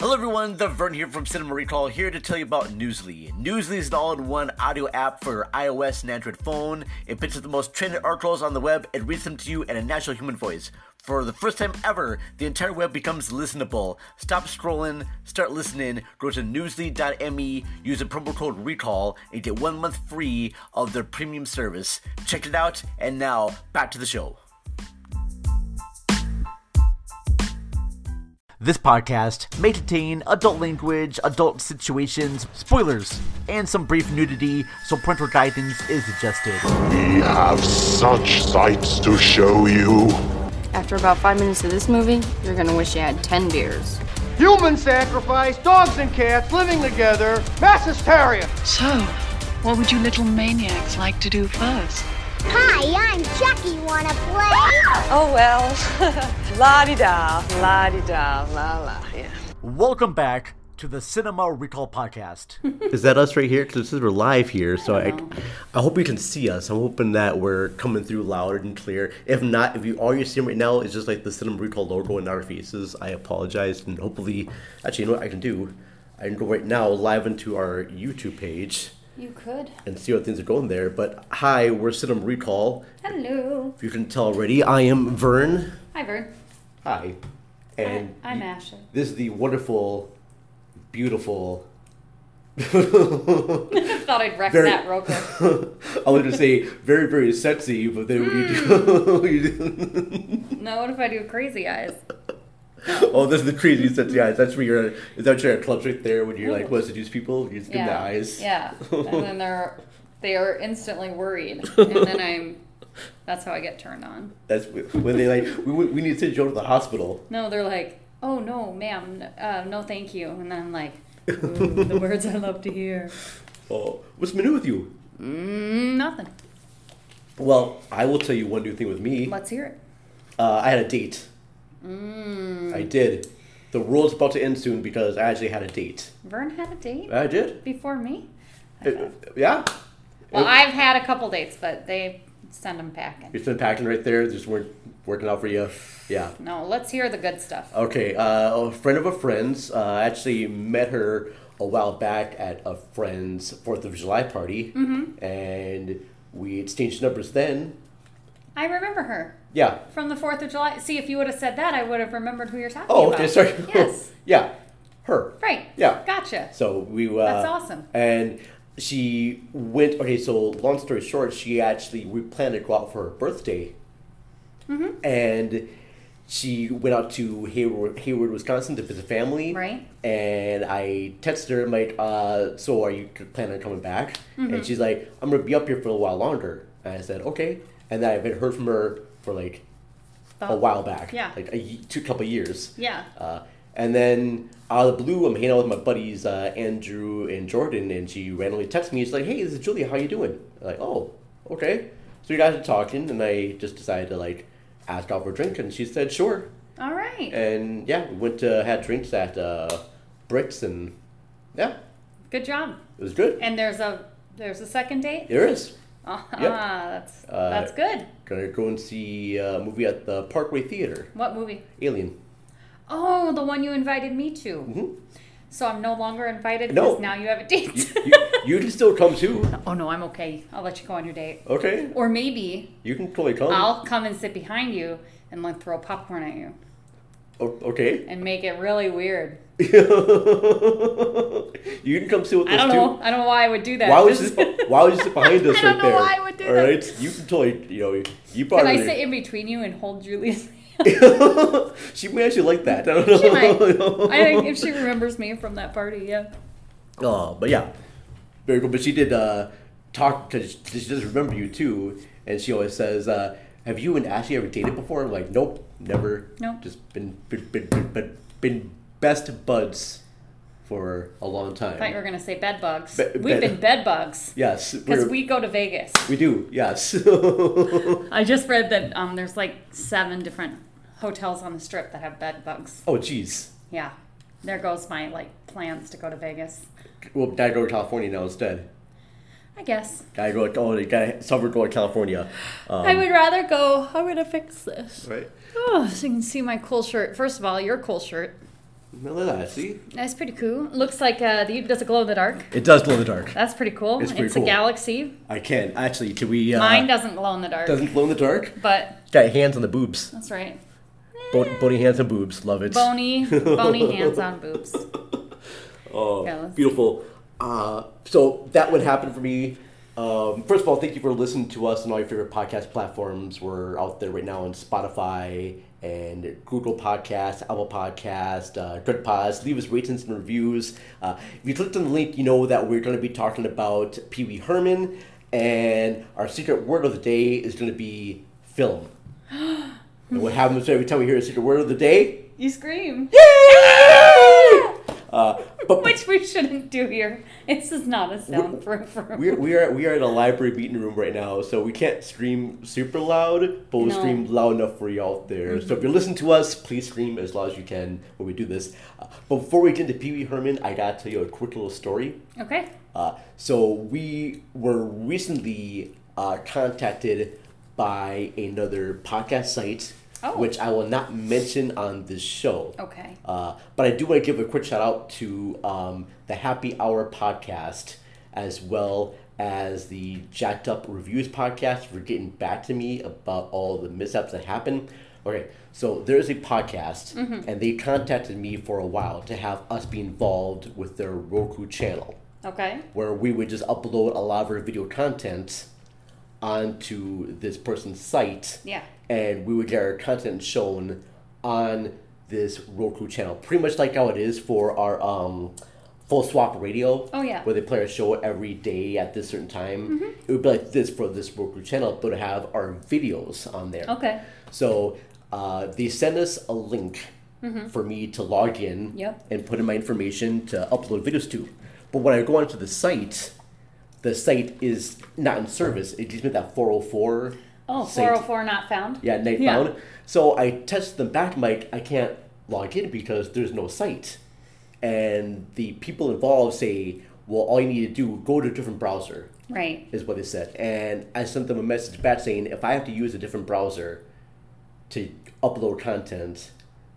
Hello everyone, the Vern here from Cinema Recall, here to tell you about Newsly. Newsly is an all-in-one audio app for iOS and Android phone. It picks up the most trending articles on the web and reads them to you in a natural human voice. For the first time ever, the entire web becomes listenable. Stop scrolling, start listening, go to newsly.me, E, use the promo code RECALL, and get one month free of their premium service. Check it out, and now, back to the show. This podcast may contain adult language, adult situations, spoilers, and some brief nudity, so parental guidance is suggested. We have such sights to show you. After about five minutes of this movie, you're gonna wish you had ten beers. Human sacrifice, dogs and cats living together, mass hysteria. So, what would you little maniacs like to do first? Hi, I'm Chucky. Wanna play? Oh well. la di da, la di da, la la. Yeah. Welcome back to the Cinema Recall Podcast. Is that us right here? Because we're live here, so I, I hope you can see us. I'm hoping that we're coming through loud and clear. If not, if you all you're seeing right now is just like the Cinema Recall logo in our faces, I apologize, and hopefully, actually, you know what I can do? I can go right now live into our YouTube page You could. and see what things are going there. But hi, we're Cinema Recall. Hello. If you can tell already, I am Vern. Hi, Vern. Hi, and I'm Ashley. this is the wonderful, beautiful. I thought I'd wreck Very- that real quick. I was gonna say very, very sexy, but then when you do, Mm. you do- No, what if I do crazy eyes? oh, this is the crazy sexy eyes. That's where you're. At, is that your clubs right there when you're like, what seduce people? You just give them the eyes. Yeah. And then they're they are instantly worried, and then I'm. That's how I get turned on. That's wh- when they like. We, we need to send Joe to the hospital. No, they're like, "Oh no, ma'am, n- uh, no, thank you," and then I'm like, "Ooh, "The words I love to hear." Oh, what's the matter with you? Mm, Nothing. Well, I will tell you one new thing with me. Let's hear it. Uh, I had a date. I did. The world's about to end soon because I actually had a date. Vern had a date I did. before me. It- yeah. Well, I've had a couple dates, but they send them packing. It's been packing right there. Just weren't working out for you. Yeah. No, let's hear the good stuff. Okay, uh, a friend of a friend's uh, actually met her a while back at a friend's Fourth of July party, and we exchanged numbers then. I remember her. Yeah. From the Fourth of July. See, if you would have said that, I would have remembered who you're talking Oh, about. okay, sorry. Yes. yeah, her. Right. Yeah. Gotcha. So we. Uh, That's awesome. And she went. Okay, so long story short, she actually we planned to go out for her birthday, Mm-hmm. and she went out to Hayward, Hayward, Wisconsin to visit family. Right. And I texted her I'm like, uh, "So are you planning on coming back?" Mm-hmm. And she's like, "I'm gonna be up here for a while longer." And I said, "Okay." And then I haven't heard from her for like a while back. Yeah. Like a ye- two couple years. Yeah. Uh, and then out of the blue, I'm hanging out with my buddies uh, Andrew and Jordan, and she randomly texts me. She's like, "Hey, this is Julia. How you doing?" I'm like, "Oh, okay." So we got to talking, and I just decided to like ask out for a drink, and she said, "Sure." All right. And yeah, we went to had drinks at uh, Bricks, and yeah, good job. it was good. And there's a there's a second date. there is. Ah, Yep. Uh, that's that's good. Gonna go and see uh, a movie at the Parkway Theater. What movie? Alien. Oh, the one you invited me to. Mm-hmm. So I'm no longer invited No. because now you have a date. You, you, you can still come too. oh no, I'm okay. I'll let you go on your date. Okay. Or maybe You can totally come. I'll come and sit behind you and like throw popcorn at you O- okay. and make it really weird. you can come sit with I us don't too. know. I don't know why I would do that. Why was Just- this? Why was this behind us I don't right know there? why I would do All that. right, you can totally, you know, you Can I probably. sit in between you and hold Julie's? she may actually like that. I don't know. She might. I think if she remembers me from that party, yeah. Oh, but yeah, very cool. But she did uh, talk because she does remember you too, and she always says, uh, "Have you and Ashley ever dated before?" I'm like, "Nope, never. Nope. Just been been been been, been, been best buds for a long time." I thought you were gonna say bed bugs. Be- We've bed- been bed bugs yes, because we're- we go to Vegas. we do. Yes. I just read that um, there's like seven different hotels on the strip that have bed bugs. Oh, jeez. Yeah, there goes my like plans to go to Vegas. Well, gotta go to California now instead. I guess Gotta go. Oh, they gotta suffer go to California. I Um, would rather go. I'm gonna fix this. Right. Oh, so you can see my cool shirt. First of all, your cool shirt. Look at that. See, That's pretty cool. Looks like uh, the, does it glow in the dark? it does glow in the dark. That's pretty cool. It's pretty a cool. galaxy. I can actually. Do we? Uh, Mine doesn't glow in the dark, doesn't glow in the dark. but Got hands on the boobs. that's right. Bo- bony hands and boobs. Love it. Bony, bony hands on boobs. Oh, Beautiful. Uh, so that would happen for me. Um, first of all, thank you for listening to us on all your favorite podcast platforms. We're out there right now on Spotify and Google Podcasts, Apple Podcast, uh, Good Pods. Leave us ratings and reviews. Uh, if you clicked on the link, you know that we're going to be talking about Pee Wee Herman, and our secret word of the day is going to be film. and what happens every time we hear a secret word of the day? you scream, Uh, but which we shouldn't do here. This is not a soundproof room. We're, we are we are in a library meeting room right now, so we can't scream super loud, but we'll No. scream loud enough for you out there. So if you listen to us, please scream as loud as you can when we do this. Uh, but before we get into Pee Wee Herman, I gotta tell you a quick little story. Okay. Uh, so we were recently uh, contacted by another podcast site, Oh. which I will not mention on this show. Okay. Uh, but I do want to give a quick shout out to um, the Happy Hour podcast, as well as the Jacked Up Reviews podcast for getting back to me about all the mishaps that happened. Okay, so there's a podcast, Mm-hmm. and they contacted me for a while to have us be involved with their Roku channel, Okay. where we would just upload a lot of our video content onto this person's site Yeah. and we would get our content shown on this Roku channel, pretty much like how it is for our um, Full Swap Radio. Oh, yeah. Mm-hmm. Where they play our show every day at this certain time. It would be like this for this Roku channel, but have our videos on there. Okay. So uh, they send us a link for me to log in Mm-hmm. Yep. and put in my information to upload videos to. But when I go onto the site, the site is not in service. It gives me that 404. Oh, site. 404 not found. Yeah, Nate Yeah. found. So I touched the back mic. I can't log in because there's no site. And the people involved say, well, all you need to do, go to a different browser, Right. is what they said. And I sent them a message back saying, if I have to use a different browser to upload content,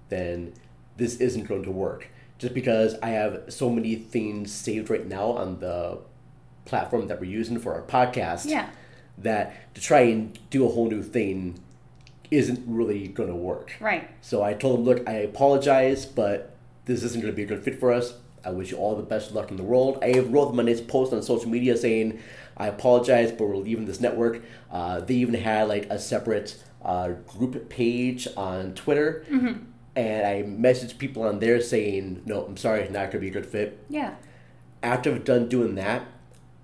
then this isn't going to work. Just because I have so many things saved right now on the platform that we're using for our podcast Yeah. that to try and do a whole new thing isn't really going to work. Right. So I told him, look, I apologize, but this isn't going to be a good fit for us. I wish you all the best luck in the world. I wrote them a nice post on social media saying, I apologize, but we're leaving this network. Uh, they even had like a separate uh, group page on Twitter. And I messaged people on there saying, no, I'm sorry, not going to be a good fit Yeah. after I've done doing that,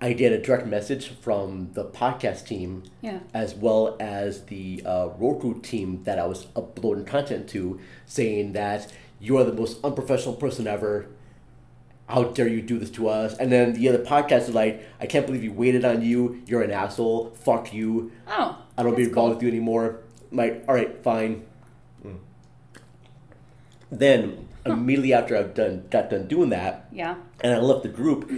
I get a direct message from the podcast team, Yeah. as well as the uh, Roku team that I was uploading content to, saying that you are the most unprofessional person ever. How dare you do this to us? And then the other podcast is like, I can't believe you waited on you. You're an asshole. Fuck you. Oh. I don't be that's cool. involved with you anymore. I'm like, all right, fine. Hmm. Then immediately after I've done got done doing that, Yeah. and I left the group,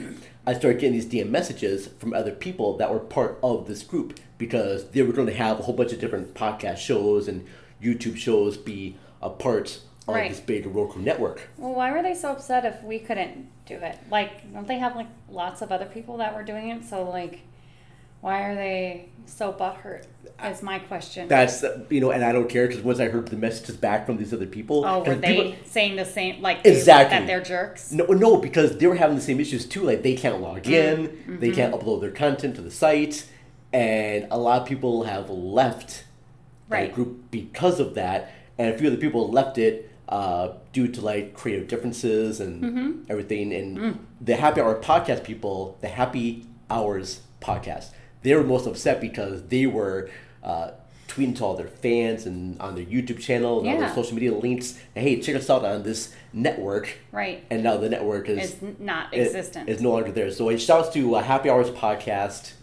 I started getting these DM messages from other people that were part of this group because they were going to have a whole bunch of different podcast shows and YouTube shows be a part of Right. this big Roku network. Well, why were they so upset if we couldn't do it? Like, don't they have like lots of other people that were doing it? So like, why are they so butthurt? Is my question. That's you know, and I don't care because once I heard the messages back from these other people, oh, were 'cause they people- saying the same? Like Exactly. that they're jerks. Mm-hmm. No, no, because they were having the same issues too. Like they can't log in, they can't upload their content to the site, and a lot of people have left that Right. group because of that. And a few of the people left it uh, due to like creative differences and Mm-hmm. everything. And Mm. the Happy Hour podcast people, the Happy Hours podcast, they were most upset because they were uh, tweeting to all their fans and on their YouTube channel and all Yeah. their social media links. Hey, check us out on this network. Right. And now the network is It's n- not it- existent. It's no longer there. So it shouts to uh, Happy Hours podcast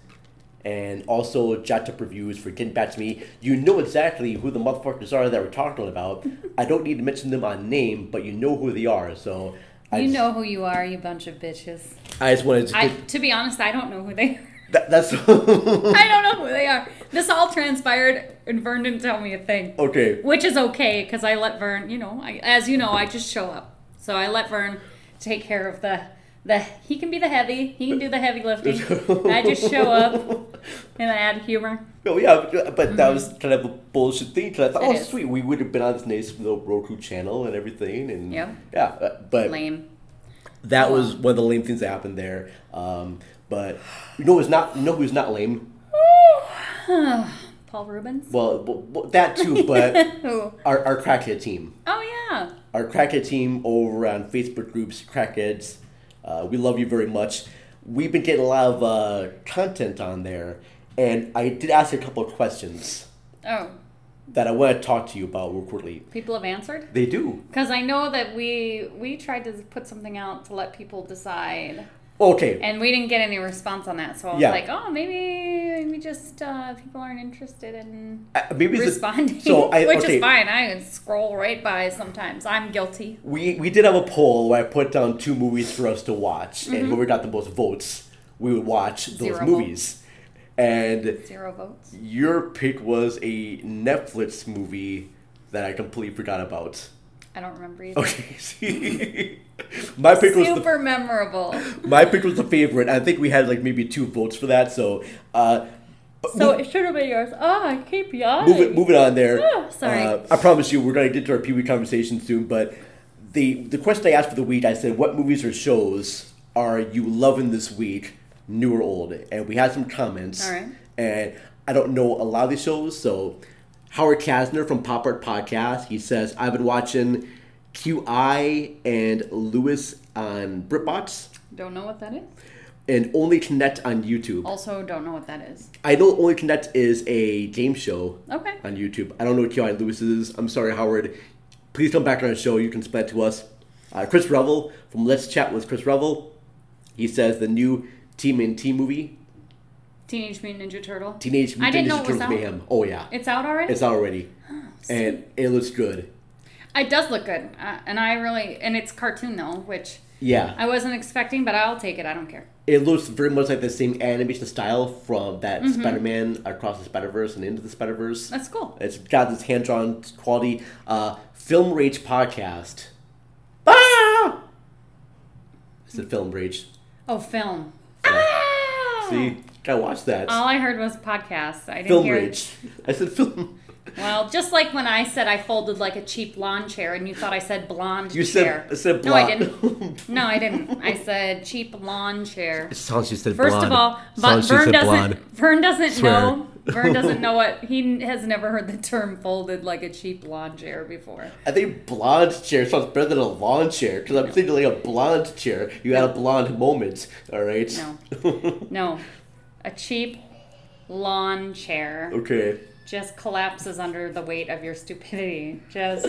and also Jacked Up Reviews for getting back to me. You know exactly who the motherfuckers are that we're talking about. I don't need to mention them on name, but you know who they are. So I you just, know who you are, you bunch of bitches. I just wanted to. I, get- to be honest, I don't know who they are. that, that's I don't know who they are. This all transpired, and Vern Oh, didn't tell me a thing. okay. Which is okay, because I let Vern, you know, I, as you know, I just show up. So I let Vern take care of the the. He can be the heavy. He can do the heavy lifting. I just show up and I add humor. Oh yeah, but that was kind of a bullshit thing. 'cause I thought, Mm-hmm. It oh is. sweet, we would have been on this nice little Roku channel and everything, and Yep. yeah, uh, but Lame. that was one of the lame things that happened there. Um, but you know, who's not you know who's not lame. Paul Rubens. Well, w- w- that too, but Who? our our crackhead team, Oh yeah. our crackhead team over on Facebook groups, crackheads, uh, we love you very much. We've been getting a lot of uh, content on there, and I did ask a couple of questions Oh, that I want to talk to you about real quickly. people have answered. They do. Because I know that we we tried to put something out to let people decide, Okay. and we didn't get any response on that. So I was Yeah. like, oh, maybe we just uh, people aren't interested in Uh, maybe it's a- responding, so I, which okay, is fine. I scroll right by sometimes. I'm guilty. We we did have a poll where I put down two movies for us to watch, and whoever got the most votes, we would watch those Mm-hmm. Zero movies. And Zero votes. your pick was a Netflix movie that I completely forgot about. I don't remember either. Okay, see, my pick was the Super memorable. my pick was the favorite. I think we had like maybe two votes for that. So, uh, but So move- it should have been yours. Oh, I keep yawning. Move it, move it on there. Oh, sorry. Uh, I promise you, we're going to get to our Pee Wee conversation soon. But the the question I asked for the week, I said, "What movies or shows are you loving this week, new or old?" And we had some comments. All right. And I don't know a lot of these shows, so Howard Kasner from Pop Art Podcast, he says, "I've been watching QI and Lewis on BritBox." Don't know what that is. And only connect on YouTube. Also, don't know what that is. I know only connect is a game show Okay. on YouTube. I don't know what T.I. Lewis is. I'm sorry, Howard. Please come back on the show. You can spread to us. Uh, Chris Revel from Let's Chat with Chris Revel. He says the new Team in T movie, Teenage Mutant Ninja Turtle. Teenage I Mutant didn't know Ninja it was Turtles out. Mayhem. Oh, yeah. It's out already. It's out already. and it looks good. It does look good, uh, and I really and it's cartoon though, which Yeah. I wasn't expecting, but I'll take it. I don't care. it looks very much like the same animation style from that Spider Man across the Spider Verse and into the Spider Verse. Mm-hmm. That's cool. It's got this hand drawn quality. Uh, Film Rage podcast. Ah! It's a Film Rage. Oh, film. Ah! See, gotta watch that. All Oh. I heard was podcasts. I didn't film hear. Rage. I said film. Well, just like when I said I folded like a cheap lawn chair, and you thought I said blonde You chair. said I said no, I blonde. didn't. No, I didn't. I said cheap lawn chair. Sounds you said First of all, but Vern doesn't. Vern doesn't Swear. know. Vern doesn't know what he has never heard the term folded like a cheap lawn chair before. I think blonde chair sounds better than a lawn chair because I'm thinking like a blonde chair. You had a blonde moment, all right? No. No. A cheap lawn chair Okay. just collapses under the weight of your stupidity. Just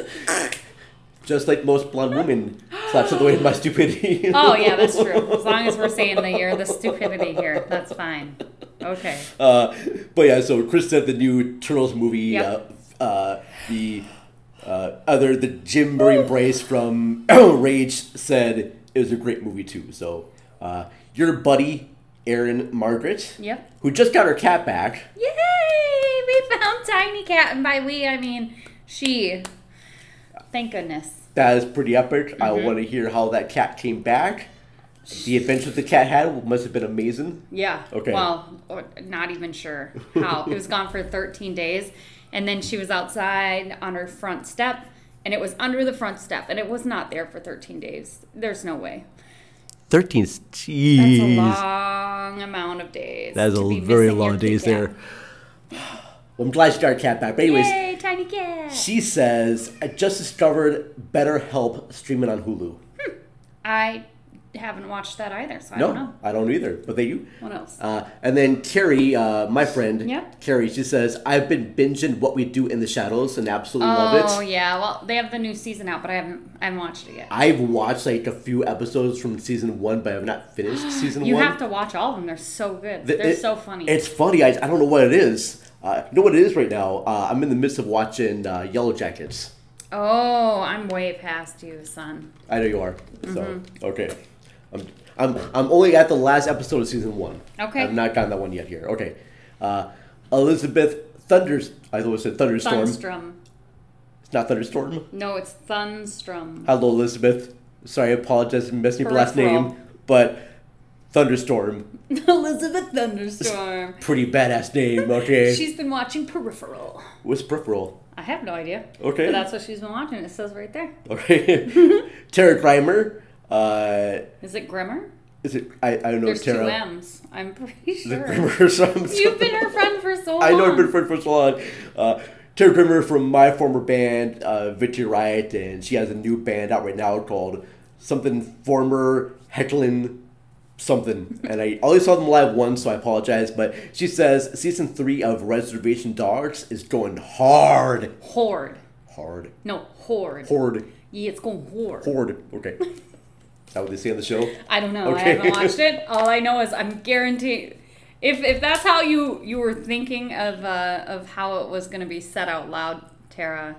Just like most blonde women, slaps at the way of my stupidity. Oh yeah, that's true. As long as we're saying the year the stupidity here, that's fine. Okay. Uh, but yeah, so Chris said the new Turtles movie, Yep. uh, uh, the uh, other the Jim Oh. Murray Brace from Rage said it was a great movie too. So uh, your buddy Aaron Margaret, Yep. who just got her cat back. Yay! We found Tiny Cat and by we I mean she. Thank goodness. That is pretty epic. I Mm-hmm. want to hear how that cat came back. The adventure the cat had must have been amazing. Yeah. Okay. Well, or- not even sure how. it was gone for 13 days. And then she was outside on her front step, and it was under the front step, and it was not there for 13 days. There's no way. Thirteen. That's Jeez. a long amount of days. That is to be a very missing your long days kitty there. cat. Well, I'm glad she got her cat back. But anyways, Yay, tiny cat. she says I just discovered BetterHelp streaming on Hulu. I haven't watched that either, so I No, don't know. I don't either. But they do. What else? Uh, and then Carrie, uh, my friend, Yep. Carrie, she says, I've been binging What We Do in the Shadows and absolutely love Oh it. yeah, well they have the new season out, but I haven't I haven't watched it yet. I've watched like a few episodes from season one, but I've not finished season You one. have to watch all of them. They're so good. Th- They're it- so funny. It's funny. I, I don't know what it is. Uh, you know what it is right now? Uh, I'm in the midst of watching uh, Yellow Jackets. oh, I'm way past you, son. I know you are. So, Mm-hmm. okay. I'm, I'm, I'm only at the last episode of season one. Okay. I've not gotten that one yet here. Okay. Uh, Elizabeth Thunders. I always said Thunderstorm. Thunstrom. It's not Thunderstorm. No, it's Thunstrom. Uh, Hello, Elizabeth. Sorry, I apologize for messing up your last First name, world. but Thunderstorm, Elizabeth Thunderstorm. pretty badass name. Okay, She's been watching Peripheral. what's peripheral? I have no idea. Okay. But that's what she's been watching. It says right there. Okay, Tara Grimer. Uh, Is it Grimmer? is it? I, I don't know. There's Tara. two M's. I'm pretty Is it sure. Grimer or something? You've been her friend for so long. I know I've been friends for so long. Uh, Tara Grimmer from my former band, uh, Victory Riot, and she has a new band out right now called something former Hecklin something. And I only saw them live once, so I apologize. But she says season three of Reservation Dogs is going hard, Horde. hard, No, Horde. hard, Yeah, it's going Horde. hard. Okay, is that what they say on the show? I don't know. Okay. I haven't watched it. All I know is I'm guaranteed. If if that's how you you were thinking of uh, of how it was going to be said out loud, Tara,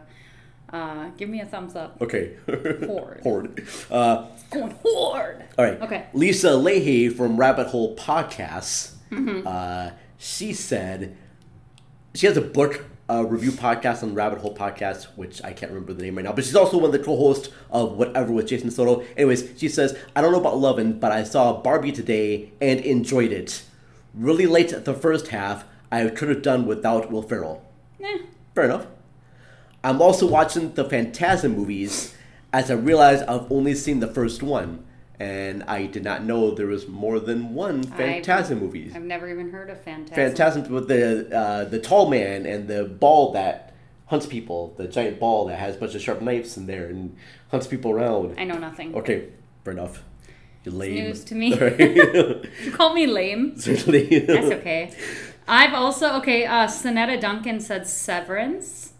uh, give me a thumbs up. Okay, Horde. horde. Uh, Going horde. All right. Okay. Lisa Leahy from Rabbit Hole Podcasts. Uh, she said she has a book uh, review podcast on Rabbit Hole Podcast, which I can't remember the name right now. But she's also one of the co-hosts of Whatever with Jason Soto. Anyways, she says I don't know about loving, but I saw Barbie today and enjoyed it. Really late at the first half. I could have done without Will Ferrell. Eh. Fair enough. I'm also watching the Phantasm movies as I realize I've only seen the first one. And I did not know there was more than one Phantasm movies. I've never even heard of Phantasm. Phantasm with the uh, the tall man and the ball that hunts people, the giant ball that has a bunch of sharp knives in there and hunts people around. I know nothing. Okay, fair enough. You're lame. news to me. Alright. You call me lame. Certainly. That's okay. I've also okay. Uh, Sonetta Duncan said Severance.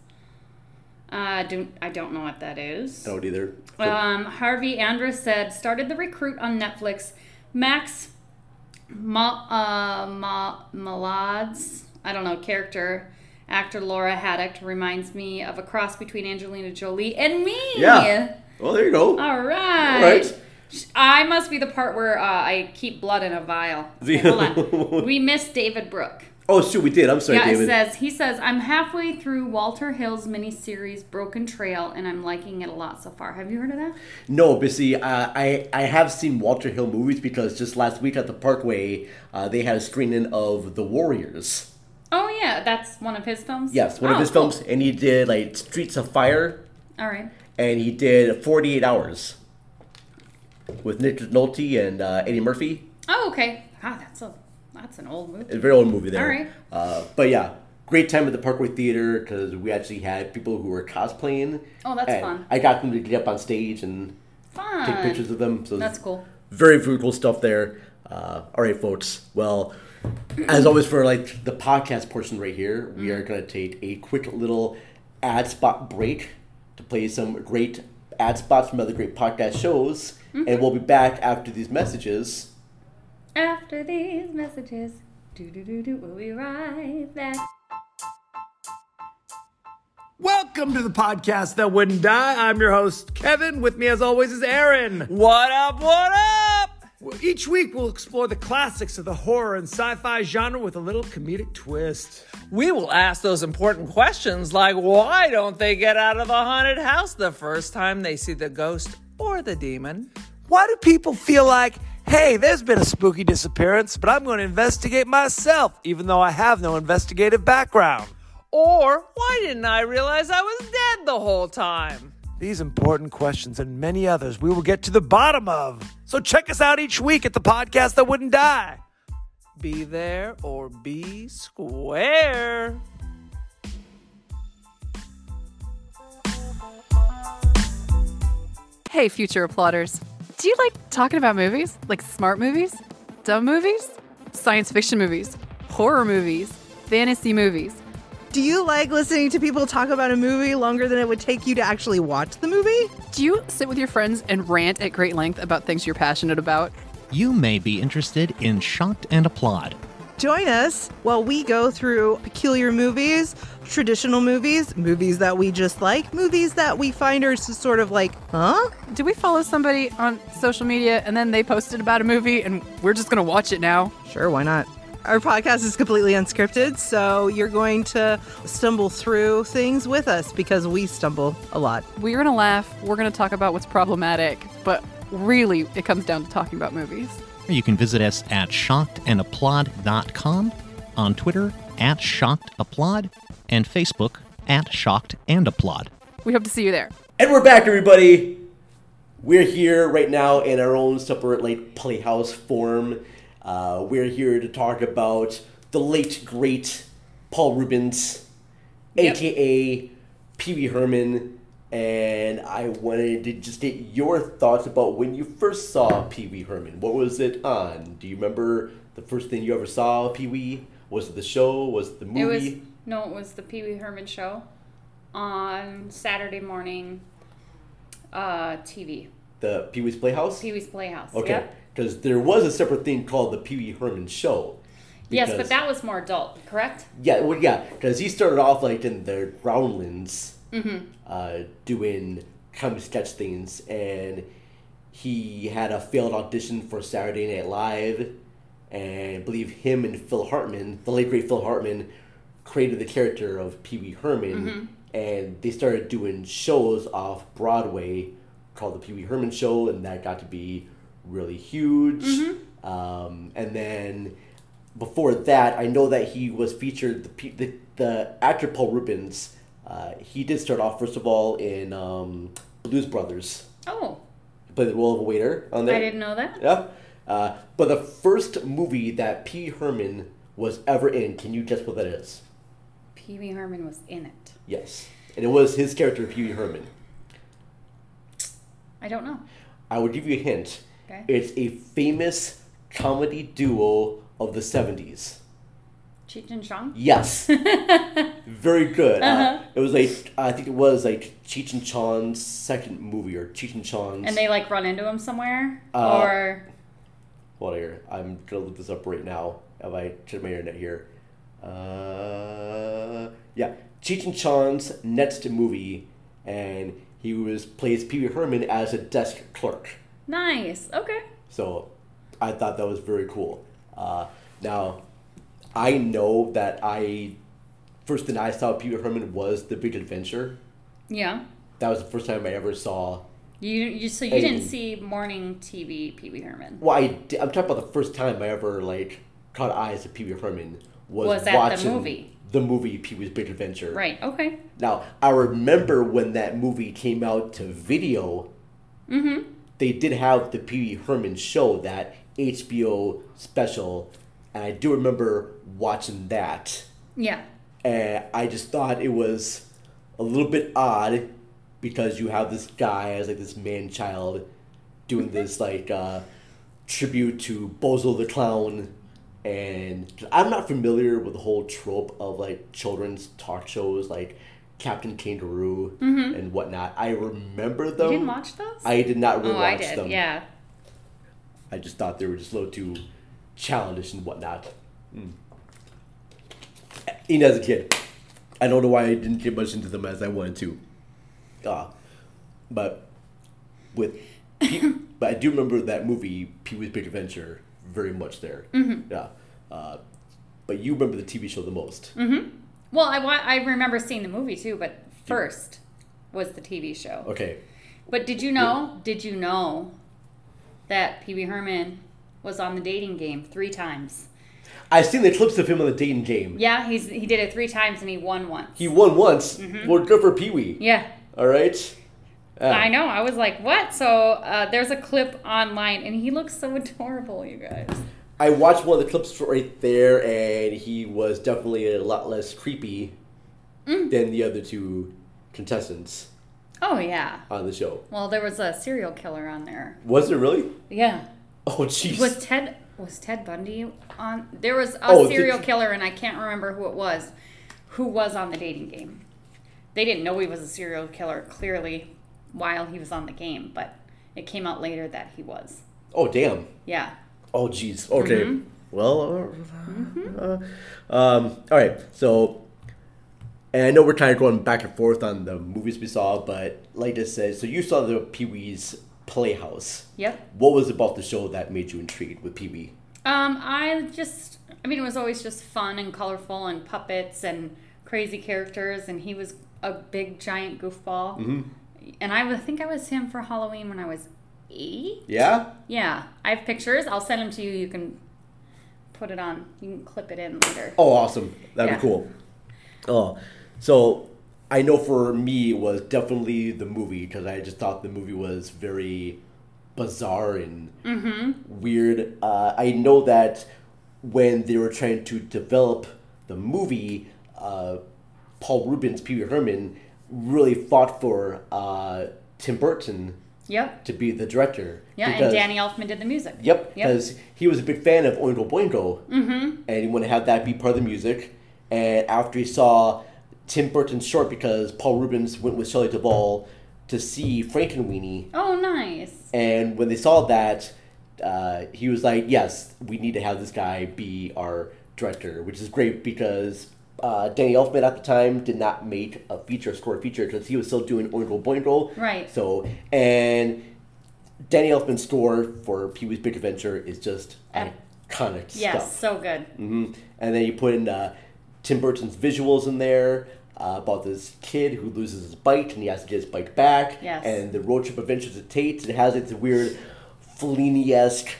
Uh, do I don't know what that is. I don't either. Um, Harvey Andrus said started the recruit on Netflix. Max Ma, uh, Ma, Malad's I don't know character actor Laura Haddock reminds me of a cross between Angelina Jolie and me. yeah. Well, there you go. All right. All right. I must be the part where uh, I keep blood in a vial. Okay, hold on. We missed David Brooke. Oh, shoot, we did. I'm sorry, Yeah, David. it says he says I'm halfway through Walter Hill's miniseries Broken Trail, and I'm liking it a lot so far. Have you heard of that? No, but see, uh, I I have seen Walter Hill movies because just last week at the Parkway, uh, they had a screening of The Warriors. Oh yeah, that's one of his films. Yes, one of Oh, his cool. films, and he did like Streets of Fire, All right. and he did Forty Eight Hours with Nick Nolte and uh, Eddie Murphy. Oh okay. Wow, that's a that's an old movie. A very old movie there. All right. Uh, but yeah, great time at the Parkway Theater because we actually had people who were cosplaying. Oh, that's and fun. I got them to get up on stage and Fun. take pictures of them. So That's cool. very very cool stuff there. Uh, all right, folks. Well, as always for like the podcast portion right here, we are gonna take a quick little ad spot break to play some great ad spots from other great podcast shows, and we'll be back after these messages. After these messages, do do do do, we'll be right back. Welcome to the podcast that wouldn't die. I'm your host, Kevin. With me, as always, is Aaron. What up? What up? Each week, we'll explore the classics of the horror and sci fi genre with a little comedic twist. We will ask those important questions like why don't they get out of the haunted house the first time they see the ghost or the demon? Why do people feel like, hey, there's been a spooky disappearance, but I'm going to investigate myself, even though I have no investigative background? Or why didn't I realize I was dead the whole time? These important questions and many others we will get to the bottom of. So check us out each week at the podcast that wouldn't die. Be there or be square. Hey, future applauders. Do you like talking about movies? Like smart movies? Dumb movies? Science fiction movies? Horror movies? Fantasy movies? Do you like listening to people talk about a movie longer than it would take you to actually watch the movie? Do you sit with your friends and rant at great length about things you're passionate about? You may be interested in shocked and applaud. Join us while we go through peculiar movies, traditional movies, movies that we just like, movies that we find are s- sort of like, huh? Do we follow somebody on social media and then they posted about a movie and we're just gonna watch it now? Sure, why not? Our podcast is completely unscripted, so you're going to stumble through things with us because we stumble a lot. We're gonna laugh, we're gonna talk about what's problematic. but really, it comes down to talking about movies. You can visit us at shockedandapplaud.com, on Twitter at shockedapplaud, and Facebook at shocked and applaud. We hope to see you there. And we're back, everybody. We're here right now in our own separate like playhouse form. Uh, we're here to talk about the late great Paul Rubens, Yep. aka Pee Wee Herman. And I wanted to just get your thoughts about when you first saw Pee Wee Herman. What was it on? Do you remember the first thing you ever saw Pee Wee? Was it the show? Was it the movie? It was no, it was the Pee Wee Herman show on Saturday morning uh, TV. the Pee Wee's Playhouse? Pee Wee's Playhouse. Okay, Yep. because there was a separate thing called the Pee Wee Herman Show. Yes, but because- that was more adult, correct? Yeah, well, yeah, because he started off like in the Groundlings, Mm-hmm. uh, doing comedy sketch things, and he had a failed audition for Saturday Night Live, and I believe him and Phil Hartman, the late great Phil Hartman, created the character of Pee Wee Herman, Mm-hmm. Mhm. and they started doing shows off Broadway called the Pee Wee Herman Show, and that got to be really huge. Mm-hmm. Um, and then before that, I know that he was featured. The pe- the, the actor Paul Rubens, uh, he did start off first of all in um, Blues Brothers. Oh, He played the role of a waiter on there. I didn't know that. Yeah. Uh, but the first movie that P. Herman was ever in, can you guess what that is? Pee Wee Herman was in it. Yes, and it was his character Pee Wee Herman. I don't know. I will give you a hint. Okay. It's a famous comedy duo of the seventies. Cheech and Chong? Yes. Very good. Uh, Uh-huh. it was like I think it was like Cheech and Chong's second movie or Cheech and Chong's. And they like run into him somewhere? Uh, or Hold on here. I'm gonna look this up right now. Have I checked my internet here? Uh, yeah, Cheech and Chong's next movie, and he was plays Pee Wee Herman as a desk clerk. nice. Okay. So I thought that was very cool. Uh, now, I know that I first thing I saw Pee Wee Herman was The Big Adventure. Yeah. That was the first time I ever saw. You, you so you Hey. didn't see morning TV Pee Wee Herman. Well, I, di- I'm talking about the first time I ever like caught eyes of Pee Wee Herman was, Was at the watching movie. the movie Pee Wee's Big Adventure. Right. Okay. Now I remember when that movie came out to video, Mm-hmm. they did have the Pee Wee Herman show that HBO special, and I do remember watching that. Yeah. and I just thought it was a little bit odd because you have this guy as like this man child doing this like uh, tribute to Bozo the clown, and I'm not familiar with the whole trope of like children's talk shows like Captain Kangaroo Mhm. and whatnot. I remember them. didn't watch those? I did not rewatch oh, I did. them. Yeah. I just thought they were just a little too childish and whatnot. Mm. Even as a kid, I don't know why I didn't get much into them as I wanted to. Uh, but with, Pe- but I do remember that movie Pee Wee's Big Adventure very much there. Mhm. Yeah, uh, but you remember the TV show the most. Mm-hmm. Well, I wa- I remember seeing the movie too, but first was the TV show. Okay, But did you know? Did you know that Pee Wee Herman was on the dating game three times? I've seen the clips of him on the dating game. Yeah, he's he did it three times and he won once. He won once. Mhm. Well, good for Pee Wee. Yeah. All right. Yeah. I know. I was like, "What?" So uh, there's a clip online, and he looks so adorable, you guys. I watched one of the clips right there, and he was definitely a lot less creepy than the other two contestants Oh yeah. on the show. Well, there was a serial killer on there. Was it really? Yeah. Oh, jeez. Was Ted was Ted Bundy on? There was a Oh, did- serial killer, and I can't remember who it was, who was on the dating game. They didn't know he was a serial killer clearly while he was on the game, but it came out later that he was. Oh, damn. Yeah. Oh, jeez. Okay. Mhm. Well, uh, um, all right. So, and I know we're kind of going back and forth on the movies we saw, but like I said, so you saw the Pee Wee's Playhouse. Yep. What was about the show that made you intrigued with Pee Wee? Um, I just, I mean, it was always just fun and colorful and puppets and crazy characters, and he was a big giant goofball. Mm-hmm. And I was- think I was him for Halloween when I was eight. Yeah? Yeah. I have pictures. I'll send them to you. You can put it on. You can clip it in later. Oh, awesome. That'd Yeah. be cool. Oh, so I know for me it was definitely the movie because I just thought the movie was very bizarre and Mm-hmm. weird. Uh, I know that when they were trying to develop the movie, uh, Paul Rubens, Pee Wee Herman, really fought for uh, Tim Burton Yep. to be the director. Yeah, and because- Danny Elfman did the music. Yep, Yep. because he was a big fan of Oingo Boingo Mm-hmm. and he wanted to have that be part of the music. And after he saw Tim Burton's short, because Paul Rubens went with Shelley Duvall to see Frankenweenie, Oh, nice. and when they saw that, uh, he was like, "Yes, we need to have this guy be our director," which is great because uh, Danny Elfman at the time did not make a feature score feature because he was still doing Oingo Boingo. Right. So and Danny Elfman's score for Pee Wee's Big Adventure is just iconic Yes, stuff. so good. hmm And then you put in uh, Tim Burton's visuals in there uh, about this kid who loses his bike and he has to get his bike back. Yes. And the road trip adventures of Tate. It has its weird Fellini esque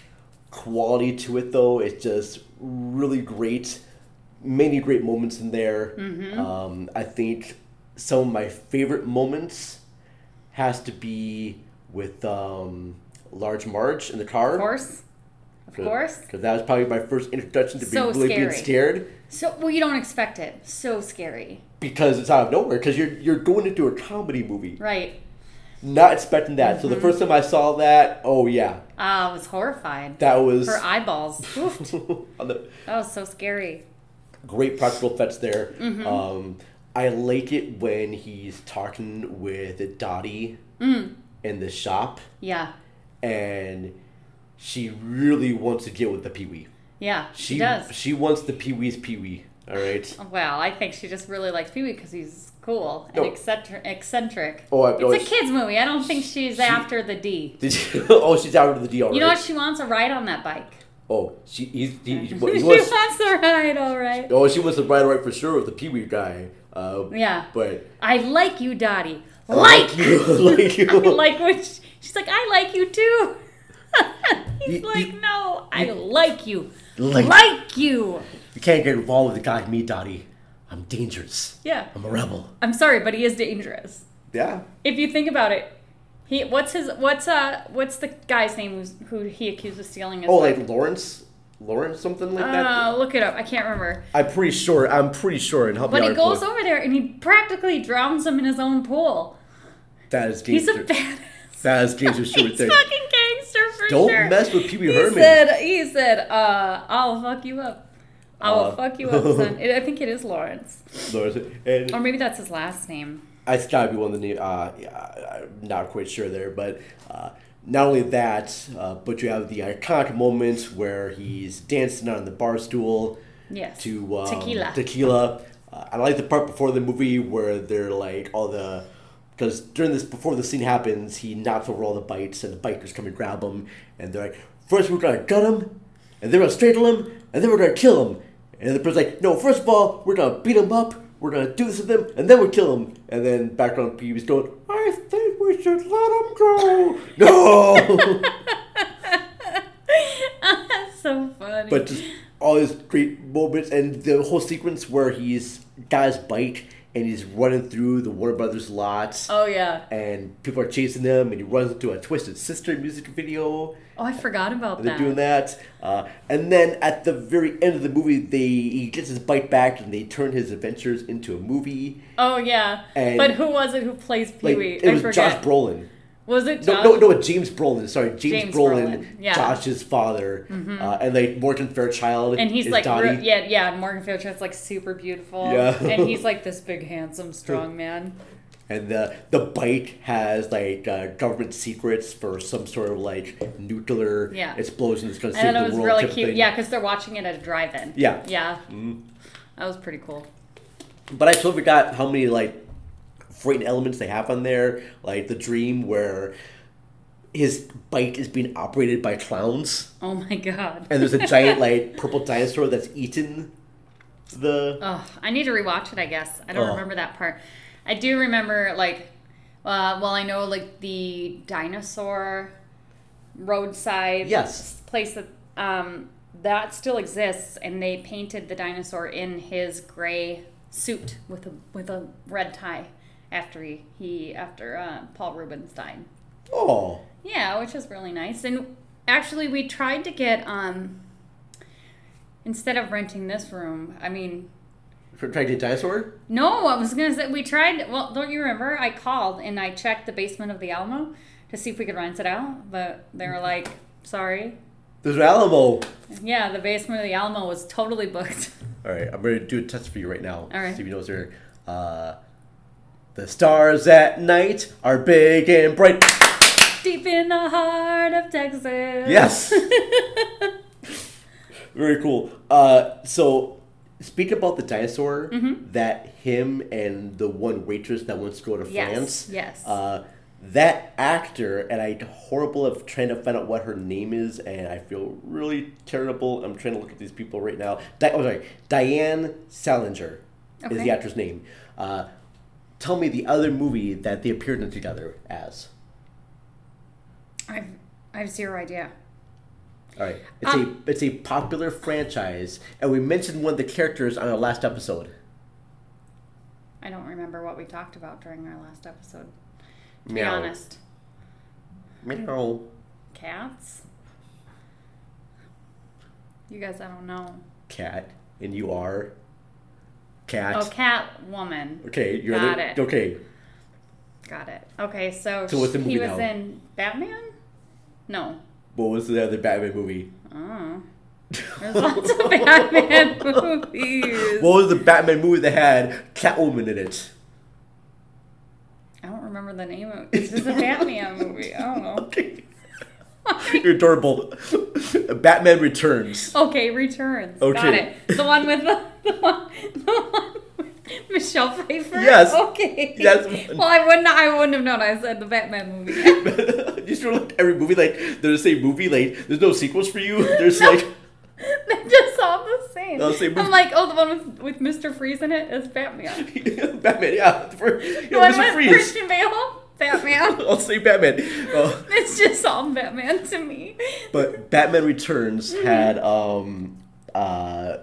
quality to it, though. It's just really great. Many great moments in there. Mhm. Mm-hmm. Um, I think some of my favorite moments has to be with um, Large Marge in the car. Of course. Of course. Because that was probably my first introduction to be, So really being scary. scared So, well, you don't expect it. So scary. because it's out of nowhere. Because you're you're going into a comedy movie, Right. not expecting that. So the Mhm. first time I saw that, oh yeah, Ah, I was horrified. that was Her eyeballs. spoofed. on the That was so scary. great practical effects there. Mhm. Um, I like it when he's talking with Dottie Mm. in the shop, Yeah. and she really wants to get with the Pee Wee. Yeah. She, She does. Oh. She wants the Pee Wee's Pee Wee. All right. Well, I think she just really likes Pee Wee because he's cool and No. eccentric. eccentric. Oh, I- it's oh, a she- kids' movie. I don't think she's after the D. Did you? Oh, she's out of the D already. You know what? She wants a ride on that bike. Oh, she he's, he, he, he she was. wants a ride, all right. Oh, she was the right right for sure with the Pee Wee guy. Uh, Yeah. But I like you, Dottie. Like you, like you. I like what she, she's like. I like you too. He's like, no, I you- like you. Like- Like, you. you can't get involved with a guy like me, Dottie. I'm dangerous. Yeah. I'm a rebel. I'm sorry, but he is dangerous. Yeah. If you think about it, he what's his what's uh what's the guy's name who's, who he accused of stealing his Oh, bike? like Lawrence, Lawrence something like that. Uh, look it up. I can't remember. I'm pretty sure. I'm pretty sure. And help me But he out. if you goes want. over there and he practically drowns him in his own pool. That is He's a gangster. bad That is gangster shit right he's there. fucking gangster for Don't sure. mess with Pee Wee he Herman. Said, he said, uh, I'll fuck you up. I will Uh. fuck you up, son. It, I think it is Lawrence. Lawrence, and Or maybe that's his last name. it's gotta be one of the new. Uh, yeah, I'm not quite sure there, but uh, not only that, uh, but you have the iconic moment where he's dancing on the bar stool Yes. to um, Tequila. Tequila. Uh, I like the part before the movie where they're like all the because during this before the scene happens, he knocks over all the bites and the bikers come and grab him, and they're like, first we're gonna gut him, and then we're gonna strangle him, and then we're gonna kill him. And the person's like, no, first of all, we're gonna beat him up, we're gonna do this to them, and then we'll kill him. And then background Pee Wee's going, I think we should let him go. No, That's so funny. but just all these great moments and the whole sequence where he's got his bike and he's running through the Warner Brothers lots. oh yeah. and people are chasing him, and he runs into a Twisted Sister music video. Oh, I forgot about And they're that. doing that, uh, and then at the very end of the movie, they he gets his bike back, and they turn his adventures into a movie. Oh yeah. And- but who was it who plays Pee Like Wee? it I was Josh forget. Brolin. was it No, Josh? no, no, James Brolin. Sorry, James, James Brolin, Brolin, yeah. Josh's father, Mhm. uh, and like Morgan Fairchild. And he's is like, Dottie. re- yeah, yeah. and Morgan Fairchild's like super beautiful. Yeah. and he's like this big, handsome, strong man. And the the bike has like uh, government secrets for some sort of like nuclear Yeah. explosion that's going And to save then it the was world. really type of cute. thing. Yeah, because they're watching it at a drive-in. Yeah. Yeah. Mhm. That was pretty cool. But I still forgot how many like frightening elements they have on there, like the dream where his bike is being operated by clowns, Oh my god. and there's a giant like purple dinosaur that's eaten the. Ugh, I need to rewatch it. I guess I don't Oh. remember that part. I do remember like, uh, well, I know like the dinosaur roadside Yes. place that um, that still exists, and they painted the dinosaur in his gray suit with a with a red tie after he, he after uh, Paul Rubens died. Oh. Yeah, which is really nice. And actually, we tried to get um instead of renting this room. I mean, For trying to get dinosaur? no, I was gonna say we tried. Well, don't you remember? I called and I checked the basement of the Alamo to see if we could rent it out, but they were like, "Sorry, There's an Alamo. yeah, the basement of the Alamo was totally booked." All right, I'm gonna do a test for you right now. All right. See if you know there. Uh, the stars at night are big and bright. Deep in the heart of Texas. Yes. Very cool. Uh, so speak about the dinosaur Mhm. that him and the one waitress that wants to go to Yes, France. yes. Uh, that actor and I horrible of trying to find out what her name is, and I feel really terrible. I'm trying to look at these people right now. Di- oh, sorry, Diane Salinger is Okay. the actor's name. Uh, tell me the other movie that they appeared in together as. I've I have zero idea. All right. It's Um, a it's a popular franchise, and we mentioned one of the characters on our last episode. I don't remember what we talked about during our last episode. To Meow. be honest, Meow. cats. You guys, I don't know. Cat, and you are. Cat. Oh, cat woman. Okay, you're got the- it. okay. Got it. Okay, so, So what's the he movie was now? in Batman? No. What was the other Batman movie? Oh. There's lots of Batman movies. What was the Batman movie that had Catwoman in it? I don't remember the name of it. This is a Batman movie. I don't know. You're adorable. Batman Returns. Okay, Returns. Got Okay. it. The one with the, the one the one with Michelle Pfeiffer. Yes. Okay. Yes. Well, I wouldn't. I wouldn't have known. I said the Batman movie. You just like every movie like they're the same movie like there's no sequels for you. There's like They're just all the same. They're the same I'm movie. like, oh, the one with, with Mr. Freeze in it is Batman. Batman. Yeah, for, you the know, one Mr. with Freeze. Christian Bale, Batman. I'll say Batman. Uh, it's just all Batman to me. but Batman Returns Mhm. had um uh,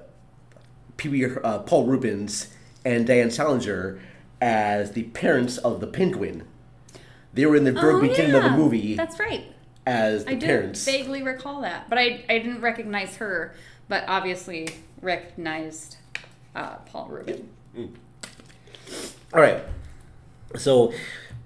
PB, uh Paul Rubens and Diane Salinger as the parents of the Penguin. They were in the very beginning of the movie Oh, That's right. as the I do parents. vaguely recall that, but I, I didn't recognize her, but obviously recognized uh, Paul Rubin. All right. So,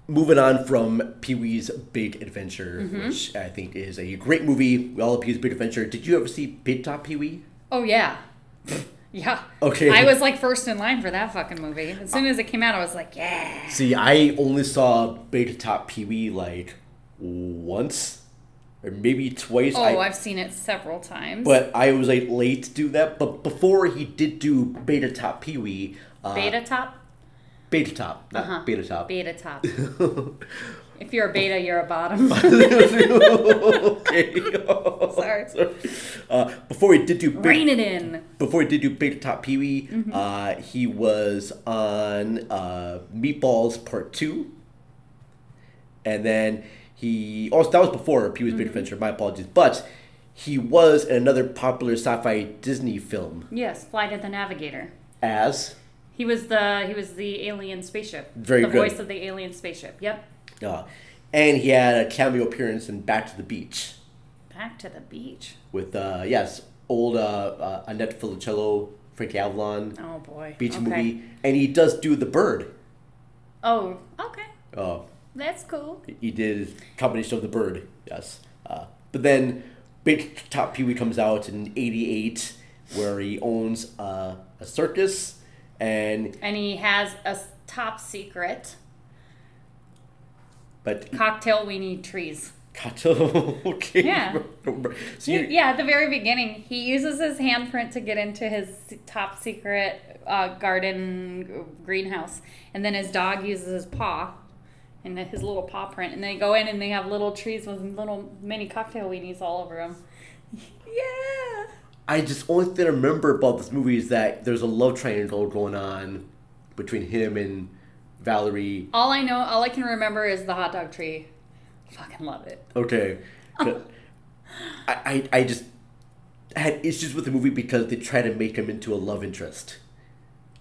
moving on from Pee Wee's Big Adventure, Mhm. which I think is a great movie. We all love Pee Wee's Big Adventure. Did you ever see Big Top Pee Wee? Oh yeah, yeah. Okay. I was like first in line for that fucking movie. As soon as it came out, I was like, yeah. See, I only saw Big Top Pee Wee like once or maybe twice. Oh, I- I've seen it several times. But I was like late to do that. But before he did do Beta Top Pee Wee, uh, beta top. Beta Top, not Uh-huh. Beta Top. Beta top. if you're a beta, you're a bottom. okay. Sorry. Uh, before he did do Beta- Rein it in. Before he did do Big Top Pee Wee, Mhm. uh, he was on uh, Meatballs Part Two, and then he oh that was before Pee Mm-hmm. Wee's Big Adventure. My apologies, but he was in another popular sci-fi Disney film Yes, Flight of the Navigator. as He was the he was the alien spaceship. Very the good. voice of the alien spaceship. Yep. uh, and he had a cameo appearance in Back to the Beach Back to the beach. with uh, yes old uh, uh, Annette Funicello, Frank Avalon Oh boy. beach Okay. movie, and he does do the bird. Oh, okay. Uh, That's cool. he did combination of the bird yes uh, but then big top pee-wee comes out in 88 where he owns uh, a circus and And he has a s- top secret but cocktail we need trees. got okay Yeah. so you, yeah, at the very beginning, he uses his handprint to get into his top secret uh, garden greenhouse, and then his dog uses his paw and then his little paw print, and they go in and they have little trees with little mini cocktail weenies all over them. i just only thing i remember about this movie is that there's a love triangle going on between him and valerie All I know, all I can remember is the hot dog tree. Fucking love it. okay I, I, I just had issues with the movie because they try to make him into a love interest.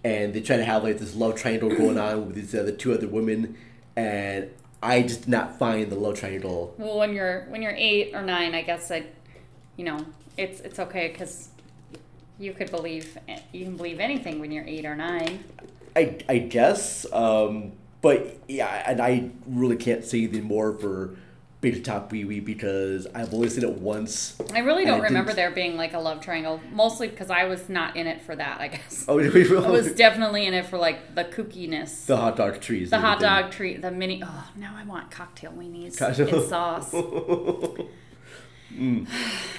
And they try to have like this love triangle going on with these other two other women. And I just did not find the love triangle. Well, when you're when you're eight or nine, I guess I, you know, it's it's okay because you could believe eh, you can believe anything when you're eight or nine. I, I guess. Um, but yeah, and I really can't say anything more for Beta Top Wee Wee because I've only seen it once. I really and don't remember didn't- there being like a love triangle, mostly because I was not in it for that. I guess. Oh, we were- I was definitely in it for like the kookiness, The hot dog trees. the and hot everything. dog treat, the mini. Oh, now I want cocktail weenies Cocktail- and sauce. Oh. Mm.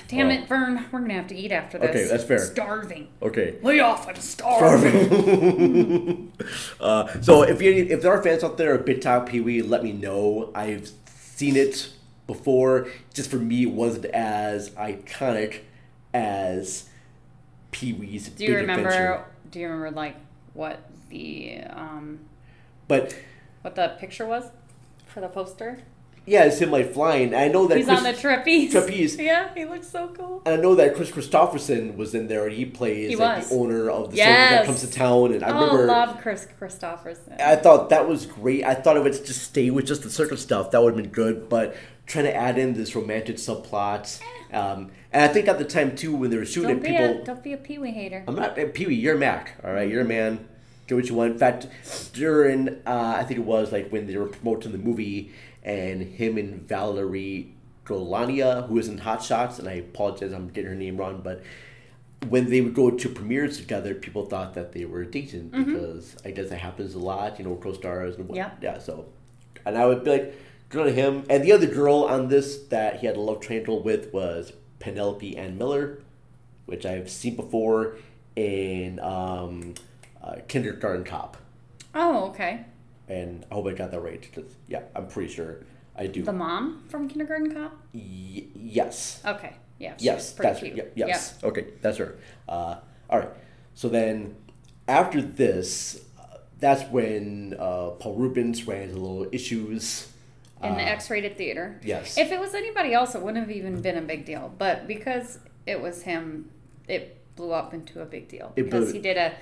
Damn Well, it, Vern! We're gonna have to eat after this. Okay, that's fair. Starving. Okay. Lay off! I'm Starving. uh, so if you if there are fans out there of Big Top Pee Wee, let me know. I've seen it before. Just for me, it wasn't as iconic as Pee Wee's Do you Big remember? Adventure. Do you remember like what the um But what the picture was for the poster? yeah, it's him like flying. I know that He's on the trapeze. Trapeze. Yeah, he looks so cool. And I know that Chris Christopherson was in there, and he plays He like was. the owner of the circus Yes. that comes to town. And I oh, remember love Chris Christopherson. I thought that was great. I thought if it's just stay with just the circus stuff, that would have been good. But trying to add in this romantic subplot, um, and I think at the time too when they were shooting it, don't be people. a don't be a Pee Wee hater. I'm not Pee Wee. You're a Mac. All right, you're a man. Do what you want. In fact, during uh, I think it was like when they were promoting the movie, and him and Valerie Golania, who is in Hot Shots, and I apologize, I'm getting her name wrong, but when they would go to premieres together, people thought that they were dating Mhm. because I guess that happens a lot. You know, co-stars and what, Yeah. yeah. So, and I would be like, good on him. And the other girl on this that he had a love triangle with was Penelope Ann Miller which I've seen before in um, uh, Kindergarten Cop. Oh, okay. And I hope I got that right because, yeah, I'm pretty sure I do. The mom from Kindergarten Cop. Y- yes. Okay, yeah. she yes, was pretty that's cute. yeah, yes. Okay, that's her. Uh, all right. So then after this, uh, that's when uh, Paul Rubens ran into little issues. Yeah. In the Uh, X-rated theater. yes. If it was anybody else, it wouldn't have even been a big deal. But because it was him, it blew up into a big deal It blew- because he did a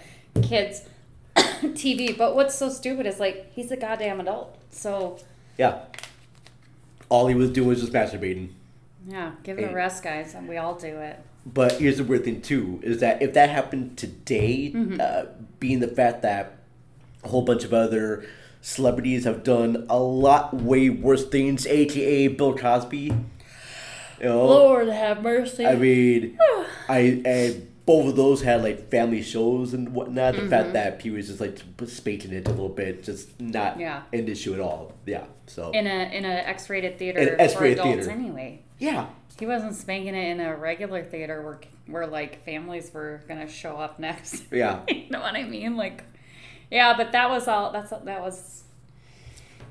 kids TV. But what's so stupid is like he's a goddamn adult. So yeah. All he was doing was just masturbating. yeah, give it Hey. a rest, guys, and we all do it. But here's the weird thing too is that if that happened today, Mhm. uh, being the fact that a whole bunch of other celebrities have done a lot way worse things, aka Bill Cosby. You know, Lord have mercy. I mean, I and both of those had like family shows and whatnot. The fact Mhm. that Pee was just like spanking it a little bit, just not Yeah. an issue at all. Yeah, so in a in a X-rated theater In an X-rated for adults theater. anyway. Yeah. He wasn't spanking it in a regular theater where where like families were gonna show up next. Yeah. you know what I mean? Like, yeah, but that was all. That's that was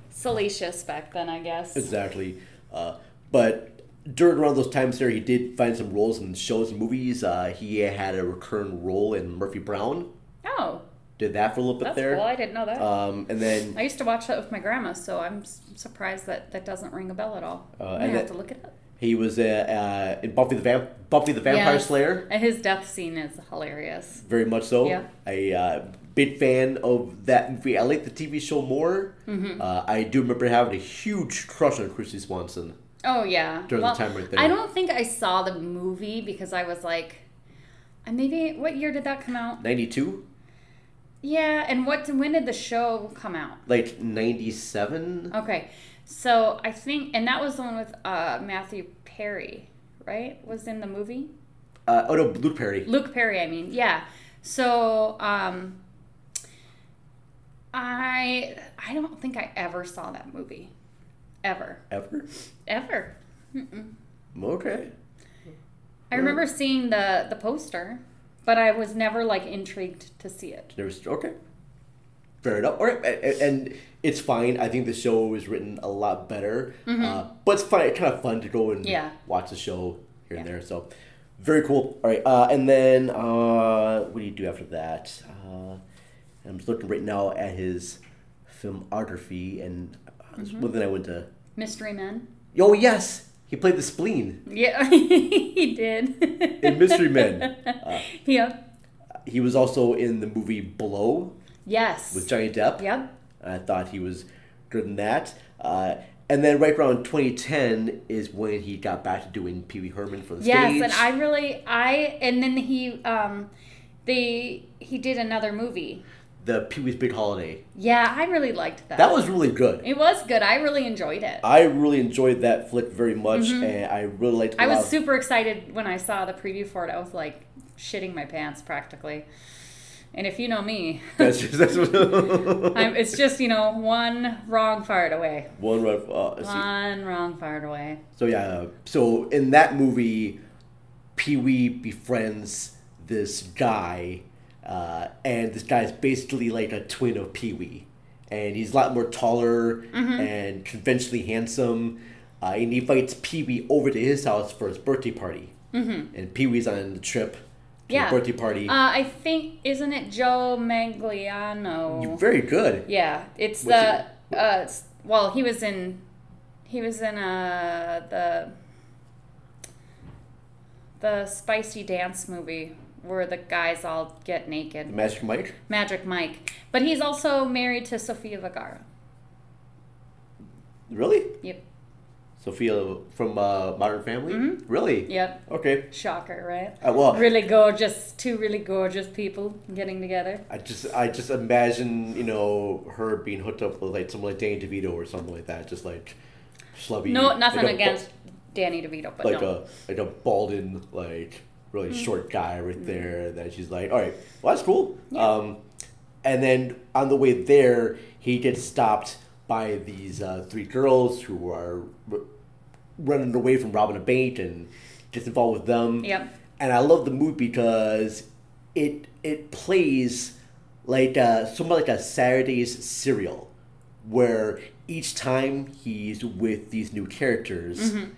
salacious back then, I guess. Exactly. Uh, but during around those times there, he did find some roles in shows and movies. Uh, he had a recurring role in Murphy Brown. Oh, Did that for a little bit That's there. cool. I didn't know that. Um, and then I used to watch that with my grandma, so I'm s- surprised that that doesn't ring a bell at all. Uh, and I have that- to look it up. he was uh, uh, in Buffy the Vamp- Buffy the Vampire Yes. Slayer. And his death scene is hilarious. Very much so. Yeah. A uh, big fan of that movie. I like the TV show more. Mhm. Uh, I do remember having a huge crush on Christy Swanson. Oh yeah. During the time right there. I don't think I saw the movie because I was like, I maybe what year did that come out? 92? Yeah, and what when did the show come out? Like 97? Okay, so I think and that was the one with uh, Matthew Perry, right? Was in the movie Uh, oh no, Blue Perry. Luke Perry. I mean, yeah. So um, I I don't think I ever saw that movie, ever, Ever? ever. Mm-mm. Okay. I remember seeing the the poster, but I was never like intrigued to see it. There was okay. Fair enough. All right, a- a- and it's fine. I think the show was written a lot better, Mhm. uh, but it's fun. It's kind of fun to go and Yeah. watch the show here and there. So very cool. All right, uh, and then uh, what do you do after that? Uh, I'm just looking right now at his filmography, and uh, there's Mhm. one thing I went to. Mystery Men. Oh yes, He played the spleen Yeah, he did. in Mystery Men. Uh, Yep. he was also in the movie Blow Yes. with Johnny Depp. Yep. I thought he was good in that. Uh, and then right around 2010 is when he got back to doing Pee Wee Herman for the Yes, stage. and I really I and then he um the he did another movie. the Pee Wee's Big Holiday. Yeah, I really liked that. That was really good. It was good. I really enjoyed it. I really enjoyed that flick very much, Mhm. and I really liked. a I lot was of- super excited when I saw the preview for it. I was like shitting my pants practically. And if you know me, That's just, that's what- I'm, it's just, you know, one wrong fart away. one rough. Uh, see- One wrong fart away. So yeah, so in that movie, Pee Wee befriends this guy, uh, and this guy's basically like a twin of Pee Wee, and he's a lot more taller Mm-hmm. Mhm. and conventionally handsome, uh, and he invites Pee Wee over to his house for his birthday party, Mhm. and Pee Wee's on the trip, to Yeah. the birthday party. Uh, I think, isn't it Joe Mangliano? Very good. Yeah, it's Was the uh, s- well, he was in, he was in uh the the spicy dance movie where the guys all get naked. Magic Mike. Magic Mike, but he's also married to Sofia Vergara. Really? Yep. Sophia from uh, Modern Family. Really? Yep. Okay. Shocker, right? Uh, well- Mm-hmm. really gorgeous, two really gorgeous people getting together. I just I just imagine you know her being hooked up with like someone like Danny DeVito or something like that, just like schlubby. No, nothing like a bu- against Danny DeVito, but like no. a like a balding like really Mhm. short guy right there that she's like, all right, well that's cool. Um, and then on the way there, he gets stopped by these uh, three girls who are r- running away from robbing a bank and gets involved with them Yep. and I love the movie because it it plays like a, somewhat like a Saturday's serial, where each time he's with these new characters, Mm-hmm. Mhm.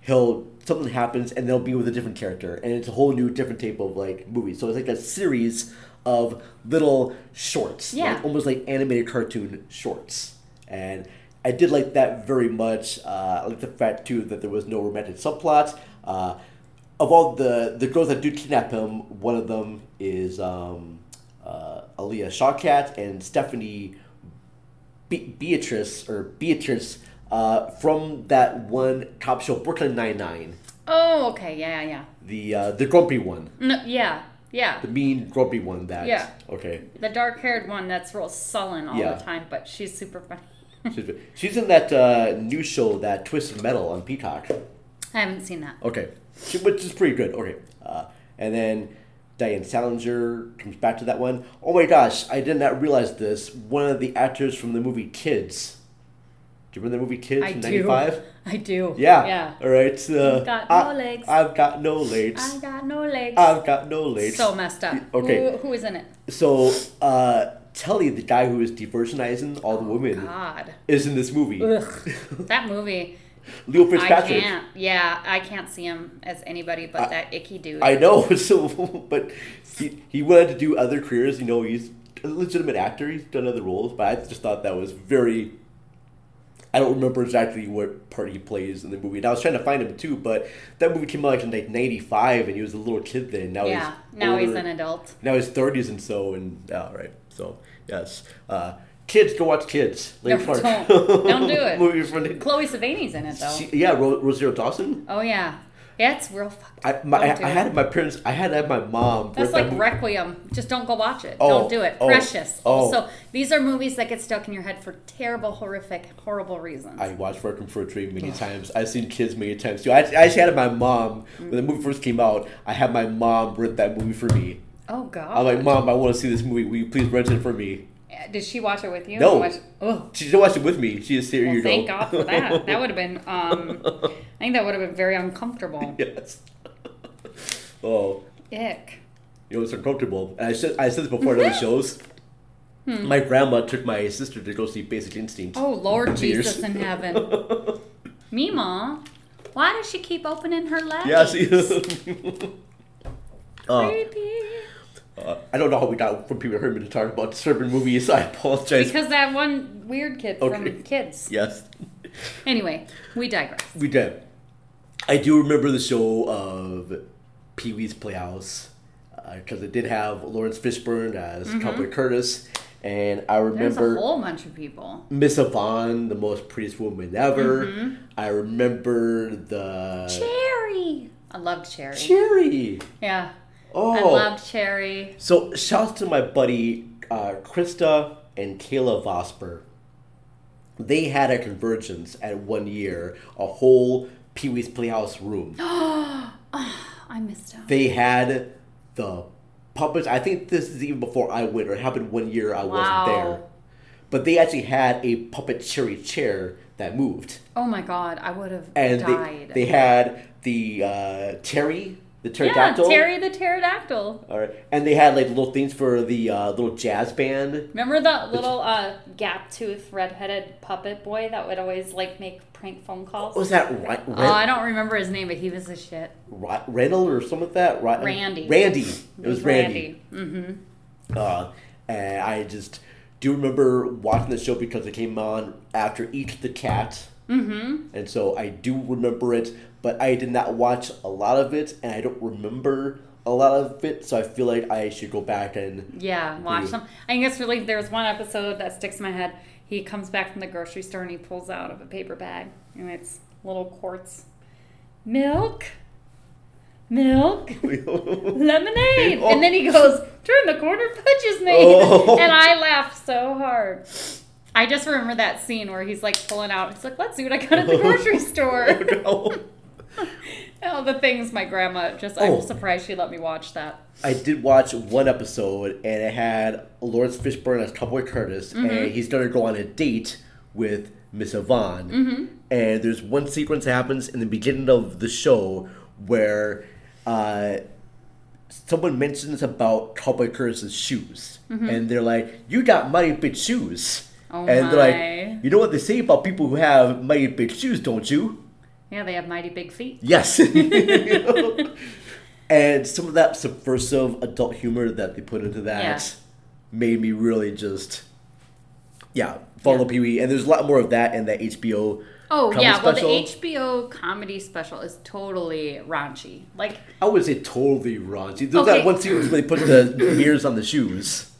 he'll something happens and they'll be with a different character, and it's a whole new different type of like movie. So it's like a series of little shorts, Yeah. like, almost like animated cartoon shorts, and. I did like that very much. Uh, I like the fact too that there was no romantic subplot. Uh, of all the the girls that do kidnap him, one of them is um, uh, Aaliyah Shawkat and Stephanie Be- Beatrice or Beatrice uh, from that one cop show Brooklyn Nine Nine, Oh, okay, yeah, yeah, the uh, the grumpy one, yeah. No, yeah, yeah. the mean grumpy one. That Mm-hmm. Yeah. okay. The dark haired one that's real sullen all Yeah. the time, but she's super funny. She's, she's in that uh, new show that Twisted Metal on Peacock. I haven't seen that. Okay, She- which is pretty good. Okay, uh, and then Diane Salinger comes back to that one. Oh my gosh, I did not realize this. One of the actors from the movie Kids. Do you remember the movie Kids I from do. '95? I do. Yeah. Yeah. All right. Uh, You've got I, no legs. I've got no legs. I got no legs. I've got no legs. So messed up. Ah, Okay. Who, who is in it? So, uh, Telly, the guy who is diversionizing all the women, God. is in this movie. Ah. Ugh. that movie. Leo I Fitzpatrick. can't. Yeah, I can't see him as anybody but I- that icky dude. I know. So, but he, he wanted to do other careers. You know, he's a legitimate actor. He's done other roles, but I just thought that was very. I don't remember exactly what part he plays in the movie. And I was trying to find him too, but that movie came out like in like '95, and he was a little kid then. Now yeah. he's Now he's older. an adult. Now he's thirties and so and yeah, all right. So yes, uh, kids go watch kids. No, Lady Clark. don't. Don't do it. movie from the, Chloe Savini's in it though. she, yeah, Ro- Rosario Dawson. oh yeah. Yeah, it's real fuck. I, my, I, Don't do I it. had my parents. I had to have my mom. rent that That's like movie. Requiem. Just don't go watch it. Oh, don't do it. oh, Precious. oh. Also, these are movies that get stuck in your head for terrible, horrific, horrible reasons. I watched Requiem for a Dream many times. I've seen kids many times too. I, I actually had my mom Mm. when the movie first came out. I had my mom rent that movie for me. Oh God. I'm like, Mom, I want to see this movie. Will you please rent it for me? Uh, Did she watch it with you? No. Watch- Ugh. She didn't watch it with me. She just said, "Here Well, you thank go." God for that. That would have been. Um, I think that would have been very uncomfortable. yes. oh, Ick. you know it's uncomfortable. And I said I said this before in other shows. Hmm. My grandma took my sister to go see Basic Instinct. Oh Lord Theaters. Jesus in heaven. Mima, why does she keep opening her legs? Yeah, see. Uh, Creepy. uh, I don't know how we got from people Herman to talk about disturbing movies. I apologize. Because that one weird kid Okay. from Kids. yes, Anyway, we digress. we did. I do remember the show of Pee Wee's Playhouse because it did have Lawrence Fishburne as Mhm. Cowboy Curtis, and I There's remember a whole bunch of people. Miss Yvonne, the most prettiest woman ever. Mhm. I remember the Cherry. I loved Cherry. Cherry. Yeah. I Oh. loved Cherry. So shouts to my buddy uh, Krista and Kayla Vosper. They had a convergence at one year, a whole Pee Wee's Playhouse room. oh, I missed out. They had the puppets. I think this is even before I went, or it happened one year I Wow. wasn't there. But they actually had a puppet cherry chair that moved. Oh my god, I would have and Oh, died. they, they had the uh, Terry, the pterodactyl. Yeah, Terry the pterodactyl. All right, and they had like little things for the uh, little jazz band. Remember that little uh, gap tooth redheaded puppet boy that would always like make prank phone calls? What was that Ri- Ren- Oh, I don't remember his name, but he was a shit. Ri- Reynold or something like that? Ri- Randy. Randy. It was Randy. Mm-hmm. Uh, and I just do remember watching the show because it came on after Eat the Cat. Mm-hmm. And so I do remember it, but I did not watch a lot of it, and I don't remember a lot of it, so I feel like I should go back and. Yeah, watch Mhm. them. I think it's really there's one episode that sticks in my head. He comes back from the grocery store and he pulls out of a paper bag and it's little quarts. Milk, milk, lemonade, Oh. and then he goes, "Turn the corner, fudge is made," Oh. and I laughed so hard. I just remember that scene where he's like pulling out. He's like, "Let's see what I got at the grocery store." All the things my grandma just. Oh. I'm surprised she let me watch that. I did watch one episode, and it had Lawrence Fishburne as Cowboy Curtis, Mhm. and he's going to go on a date with Miss Yvonne. Mm-hmm. and there's one sequence that happens in the beginning of the show where uh, someone mentions about Cowboy Curtis's shoes, Mhm. and they're like, "You got mighty big shoes," Oh and they're my. like, "You know what they say about people who have mighty big shoes, don't you?" Yeah, they have mighty big feet. Yes. and some of that subversive adult humor that they put into that Yeah. made me really just, yeah, follow Pee Wee. And there's a lot more of that in that HBO. Oh comedy yeah, special. well the HBO comedy special is totally raunchy. Like I would say totally raunchy. There's Okay. that one sequence where they put the ears on the shoes.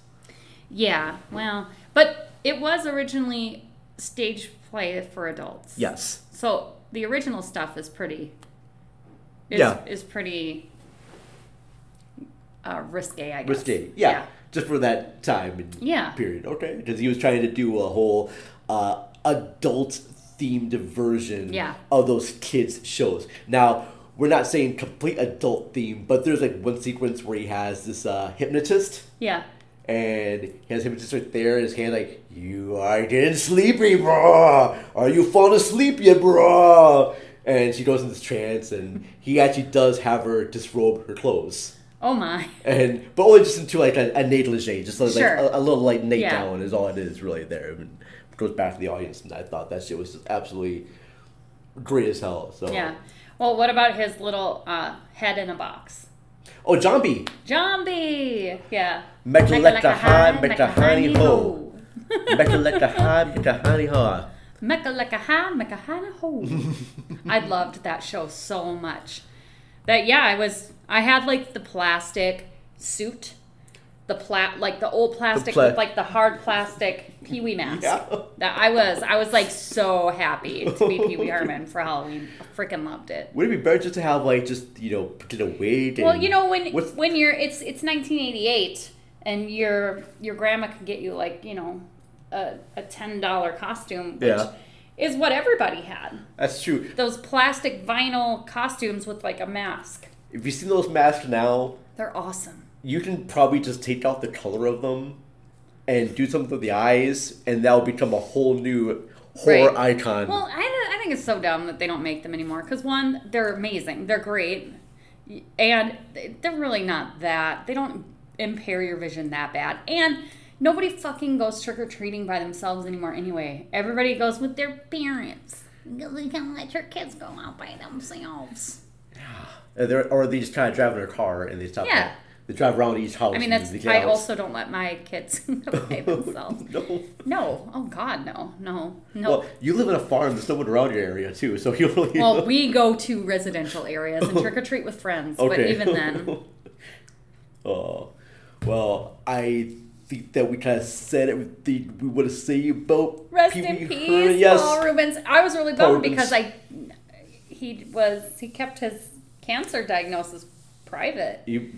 yeah, well, but it was originally stage play for adults. Yes. So the original stuff is pretty. Is, Yeah. Is pretty. Uh, risque, I guess. Risque. Yeah. Just for that time and Yeah. period. Okay. Because he was trying to do a whole uh, adult themed version Yeah. of those kids' shows. Now, we're not saying complete adult theme, but there's like one sequence where he has this uh, hypnotist. Yeah. And he has him just right there in his hand, like, You are getting sleepy, bro. Are you falling asleep yet, bro? And she goes in this trance, and he actually does have her disrobe her clothes. Oh my. And but only just into like a, a negligee, just like, Sure. a, a little like Nate Yeah. down is all it is really there. And it goes back to the audience, and I thought that shit was just absolutely great as hell. So Yeah. Well, what about his little uh, head in a box? oh, Jambi, Zombie. Yeah. Mecca Like a- like a lecta high, high, like mecca a honey honey ho, mecca lecta high, mecca honey ho. Mecca like a ha, mecca hana ho. I loved that show so much. That yeah, I was I had like the plastic suit, the plat like the old plastic pla- with like the hard plastic Pee Wee mask. Yeah. That I was I was like so happy to be Pee Wee Herman for Halloween. I freaking loved it. Would it be better just to have like just you know get a wig? And Well, you know when what's- when you're it's it's 1988 and your your grandma can get you like you know a, a ten dollar costume, which yeah, is what everybody had. that's true. those plastic vinyl costumes with like a mask. If you see those masks now, They're awesome. you can probably just take out the color of them and do something with the eyes, and that'll become a whole new horror Right. icon. Well, I, I think it's so dumb that they don't make them anymore because one, they're amazing, they're great, and they're really not that. They don't impair your vision that bad. And nobody fucking goes trick or treating by themselves anymore anyway. Everybody goes with their parents. You can let your kids go out by themselves. Uh, And they're- or they just kind of drive in their car and they stop. Yeah. They drive around each house. I mean, and that's. the I cows. also don't let my kids play themselves. no. No. Oh God, no, no, no. Well, you live in a farm. There's no one around your area too, so you really. Well, we go to residential areas and trick or treat with friends, but Okay. even then, Oh, well, I think that we kind of said everything we want to say about rest Pee Wee in peace, Herman. Yes. Paul Rubens. I was really Paul bummed because I Rubens. he was he kept his cancer diagnosis private. You,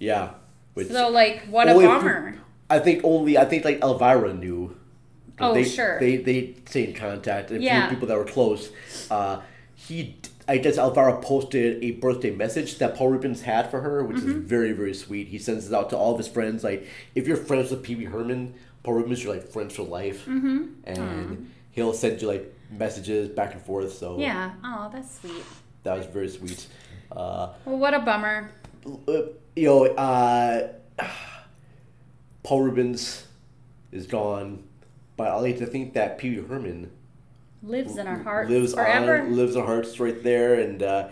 yeah. Which, So like, what a Only if we- bummer. I think only I think like Elvira knew. Oh, they, sure. They they stayed in contact. And Yeah. yeah. people that were close. Uh, he, I guess Elvira posted a birthday message that Paul Rubens had for her, which Mhm. is very very sweet. He sends it out to all of his friends. Like if you're friends with Pee Wee Herman, Paul Rubens, you're like friends for life, Mhm. and Aw. he'll send you like messages back and forth. So Yeah. Oh, that's sweet. that was very sweet. Uh, Well, what a bummer. uh, you know, uh, Paul Rubens is gone, but I like to think that Pee Wee Herman Lives in our hearts lives forever. on, lives in hearts right there, and uh,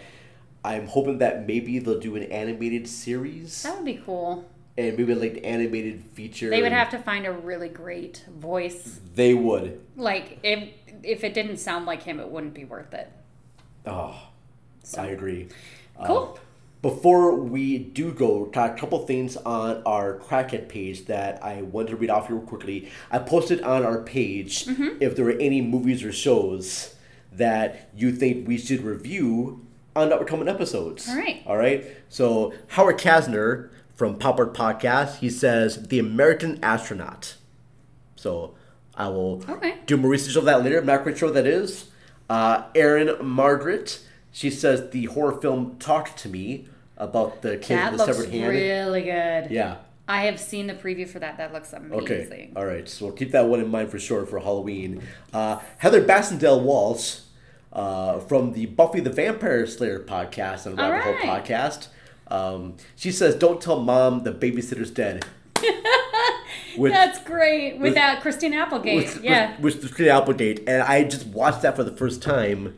I'm hoping that maybe they'll do an animated series That would be cool. and maybe like an animated feature. They would and have to find a really great voice. They would. Like if if it didn't sound like him, it wouldn't be worth it. Oh, I agree. Uh, Cool. before we do go, got a couple things on our Crackhead page that I wanted to read off real quickly. I posted on our page Mhm. if there were any movies or shows that you think we should review on upcoming episodes. All right. All right. So Howard Kasner from Pop Art Podcast, he says The American Astronaut. So I will Okay. do more research of that later. I'm not quite sure what that is. Uh, Erin Margaret, she says the horror film Talk to Me about the kid that with the looks severed hand. really good. Yeah. I have seen the preview for that. That looks amazing. Okay. Uh, All right. So we'll keep that one in mind for sure for Halloween. Uh, Heather Bassendale Walsh uh, from the Buffy the Vampire Slayer podcast and All Rabbit Hole right. podcast. Um, she says, "Don't tell mom the babysitter's dead." Which- That's great. With, with- that Christine Applegate. Which, yeah. Which, which the Christina Applegate, and I just watched that for the first time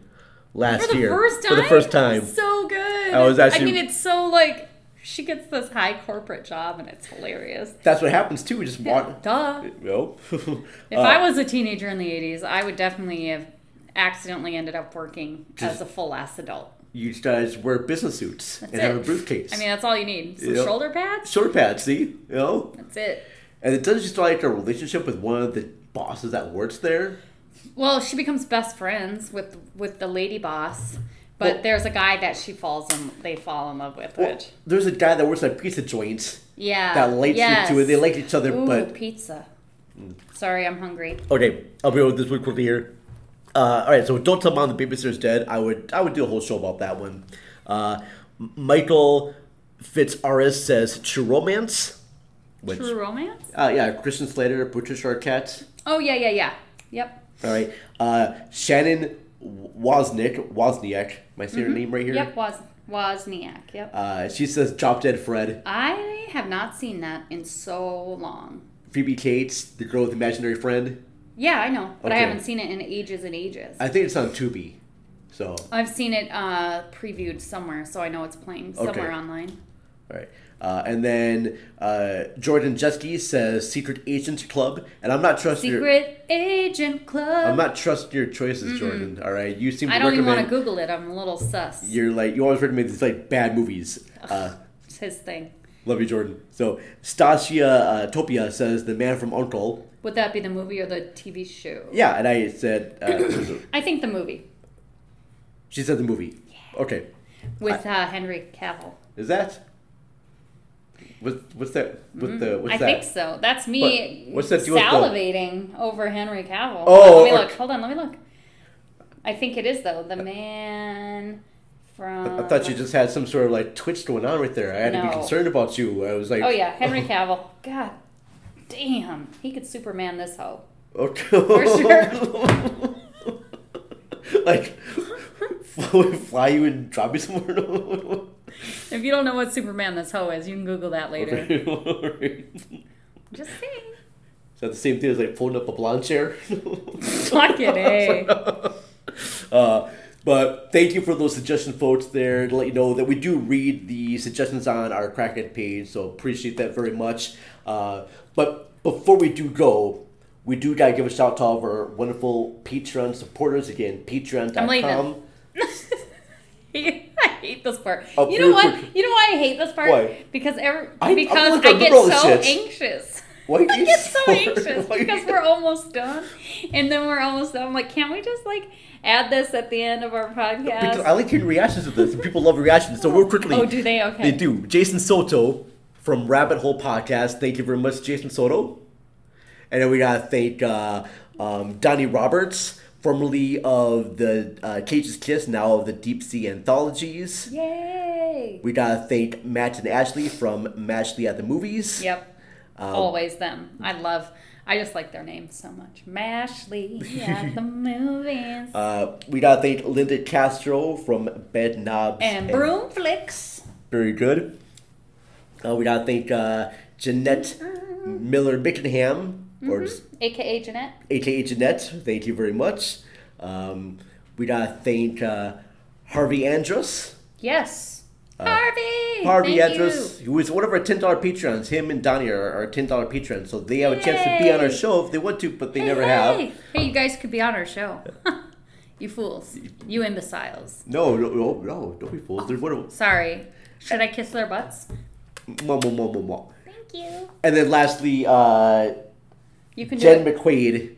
last for the year. first time. For the first time. So good. I was actually- I mean, it's so like she gets this high corporate job and it's hilarious. That's what happens too. We just watch. Duh. Nope. if If Uh, I was a teenager in the 80s, I would definitely have accidentally ended up working Just- as a full ass adult. you guys wear business suits That's and it. have a briefcase. I mean, uh, that's all you need. Some Yep. shoulder pads? Shoulder pads, see, you know, That's it. and it does just like a relationship with one of the bosses that works there. Well, she becomes best friends with with the lady boss, but Well- there's a guy that she falls in they fall in love with. Well, which there's a guy that works at a pizza joint. yeah, That relates Ah, yes. you to it. They like each other, Ooh, but Mm. pizza. Sorry, I'm hungry. Okay, I'll be over this one quickly here. Uh, all right, so don't tell mom the babysitter's dead. I would I would do a whole show about that one. Uh, M- Michael Fitzaris says True Romance, which True romance? uh, yeah, Christian Slater, Patricia Arquette. Oh yeah, yeah, yeah. Yep. All right, uh, Shannon Wozniak, Wozniak, my favorite Mhm. name right here. Yep, Woz Wozniak. Yep. Uh, she says Drop Dead Uh. Fred, I have not seen that in so long. Phoebe Cates, the girl with imaginary friend. Yeah, I know, but I Okay. haven't seen it in ages and ages. I think it's on Tubi, so I've seen it uh, previewed somewhere, so I know it's playing Okay. somewhere online. All right. Uh, and then uh, Jordan Jeske says Secret Agents Club, and I'm not trusting your Secret Agent Club. I'm not trusting your choices, Mm-mm. Jordan. All right, you seem to I don't even recommend want to Google it. I'm a little sus. you're like you always recommend these like bad movies. Uh, It's his thing. love you, Jordan. So Stasia uh, Topia says The Man from Uncle. Would that be the movie or the TV show? Yeah, and I said uh, I think the movie she said the movie. Okay, with uh, Henry Cavill. is that what, what's that? What the Mm, what's I that? think so. That's me What- what's that do with the- salivating over Henry Cavill. Oh, let me or- look. Hold on, let me look. I think it is though. The man from. I thought you just had some sort of like twitch going on right there. I had to No. be concerned about you. I was like, oh yeah, Henry Cavill. God damn, he could Superman this hoe. Okay. For sure. like, fly, fly you and drop you somewhere. If you don't know what Superman this hoe is, you can Google that later. Okay, alright. Just saying. Is that the same eh? thing as like pulling up a blonde chair? Fucking a. uh, But thank you for those suggestion votes there to let you know that we do read the suggestions on our Crackhead page, so appreciate that very much. Uh, but before we do go, we do gotta give a shout out to all of our wonderful Patreon supporters again, I'm leaving. patreon.com. I hate this part. Oh, you know what? perfect. You know why I hate this part? Why? Because every, I- I because look at I get liberal so shit. anxious. Why are I you get so sorry? anxious Why are you- because we're almost done, and then we're almost done. I'm like, can't we just like add this at the end of our Because podcast? I like hearing reactions of this. and People love reactions. So real quickly. Oh, do they? Okay. They do. Jason Soto from Rabbit Hole Podcast. Thank you very much, Jason Soto. And then we gotta thank uh, um, Donnie Roberts, formerly of the uh, Cage's Kiss, now of the Deep Sea Anthologies. Yay! We gotta thank Matt and Ashley from Matchley at the Movies. Yep. Um, Always them. I love. I just like their names so much. Mashley at the movies Uh, we gotta thank Linda Castro from Bed Knobs and Broom Flicks. Very good. Uh, we gotta thank uh, Jeanette Miller Bickenham, or Mm-hmm. just AKA Jeanette. AKA Jeanette. Thank you very much. Um, we gotta thank uh, Harvey Andrus. Yes. Harvey. Uh, Harvey thank Andrus, who is one of our ten dollar patrons. Him and Donnie are our ten dollar patrons, so they have a chance to be on our Yay. show if they want to, but they never Hey, have. hey, you guys could be on our show. you fools. You imbeciles. No, no, no, no, don't be fools. They're wonderful. Sorry. Should I kiss their butts? Mwah, mwah, mwah, mwah, mwah. Thank you. And then lastly, uh, You can Jen do it. McQuaid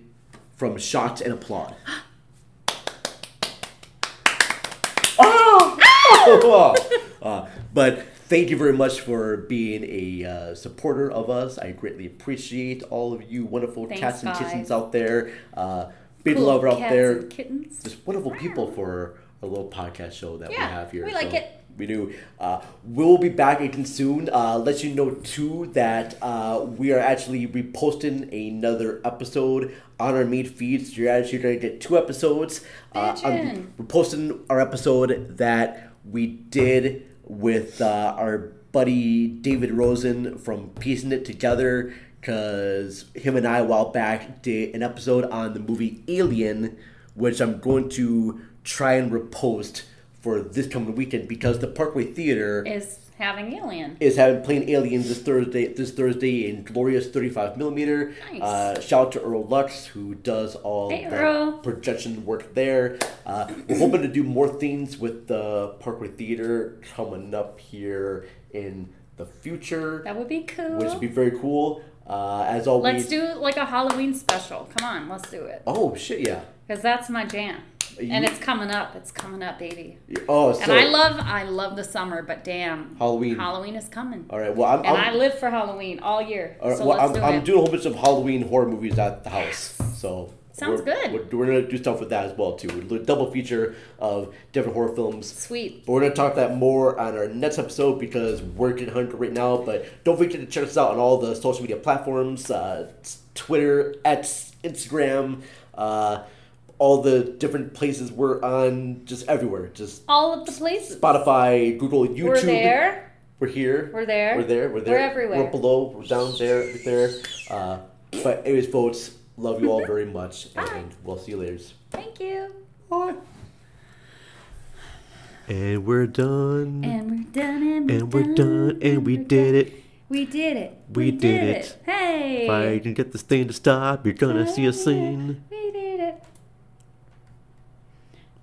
from Shots and Applaud. oh! Uh, but thank you very much for being a uh, supporter of us. I greatly appreciate all of you wonderful Thanks, cats and guys. kittens out there. Uh, big Cool lover out cats there. and kittens. Just wonderful people for our little podcast show that Yeah, we have here. we like it. We do. Uh, we'll be back again soon. Uh, let you know too that uh, we are actually reposting another episode on our meat feeds. You're actually going to get two episodes. Uh, Bitchin'. on, we're posting our episode that we did with uh, our buddy David Rosen from Piecing It Together. Because him and I, a while back, did an episode on the movie Alien, which I'm going to try and repost for this coming weekend because the Parkway Theater Is having alien. is having playing Alien this Thursday. This Thursday in glorious 35 millimeter. Nice. Uh, shout out to Earl Lux who does all Hey, the Earl. projection work there. Uh, we're hoping to do more things with the Parkway Theater coming up here in the future, That would be cool. which would be very cool. Uh, as always, Let's do like a Halloween special. Come on, let's do it. Oh shit! Yeah. Because that's my jam. And You- it's coming up. It's coming up, baby. Oh, so and I love I love the summer, but damn. Halloween. Halloween is coming. All right. Well, I'm. and I'm- i live for Halloween all year. All right, so well, let's I'm, do it. I'm doing a whole bunch of Halloween horror movies at the house. So Sounds we're- good. We're, we're gonna do stuff with that as well too. We're gonna do a double feature of different horror films. Sweet. But we're gonna talk that more on our next episode because we're getting hungry right now. But don't forget to check us out on all the social media platforms: uh, t- Twitter, X, Instagram, uh, all the different places we're on. Just everywhere. Just all of the places. Spotify, Google, YouTube. We're there. We're here. We're there. We're there. We're We're there. everywhere. We're below. We're down there. We're there. Uh, but anyways, folks, love you all very much, and we'll see you later. Thank you. And we're done. And we're done. And, And we're done. And we did it. We did it. We did it. Hey. If I can get this thing to stop, you're gonna see a scene. We did it.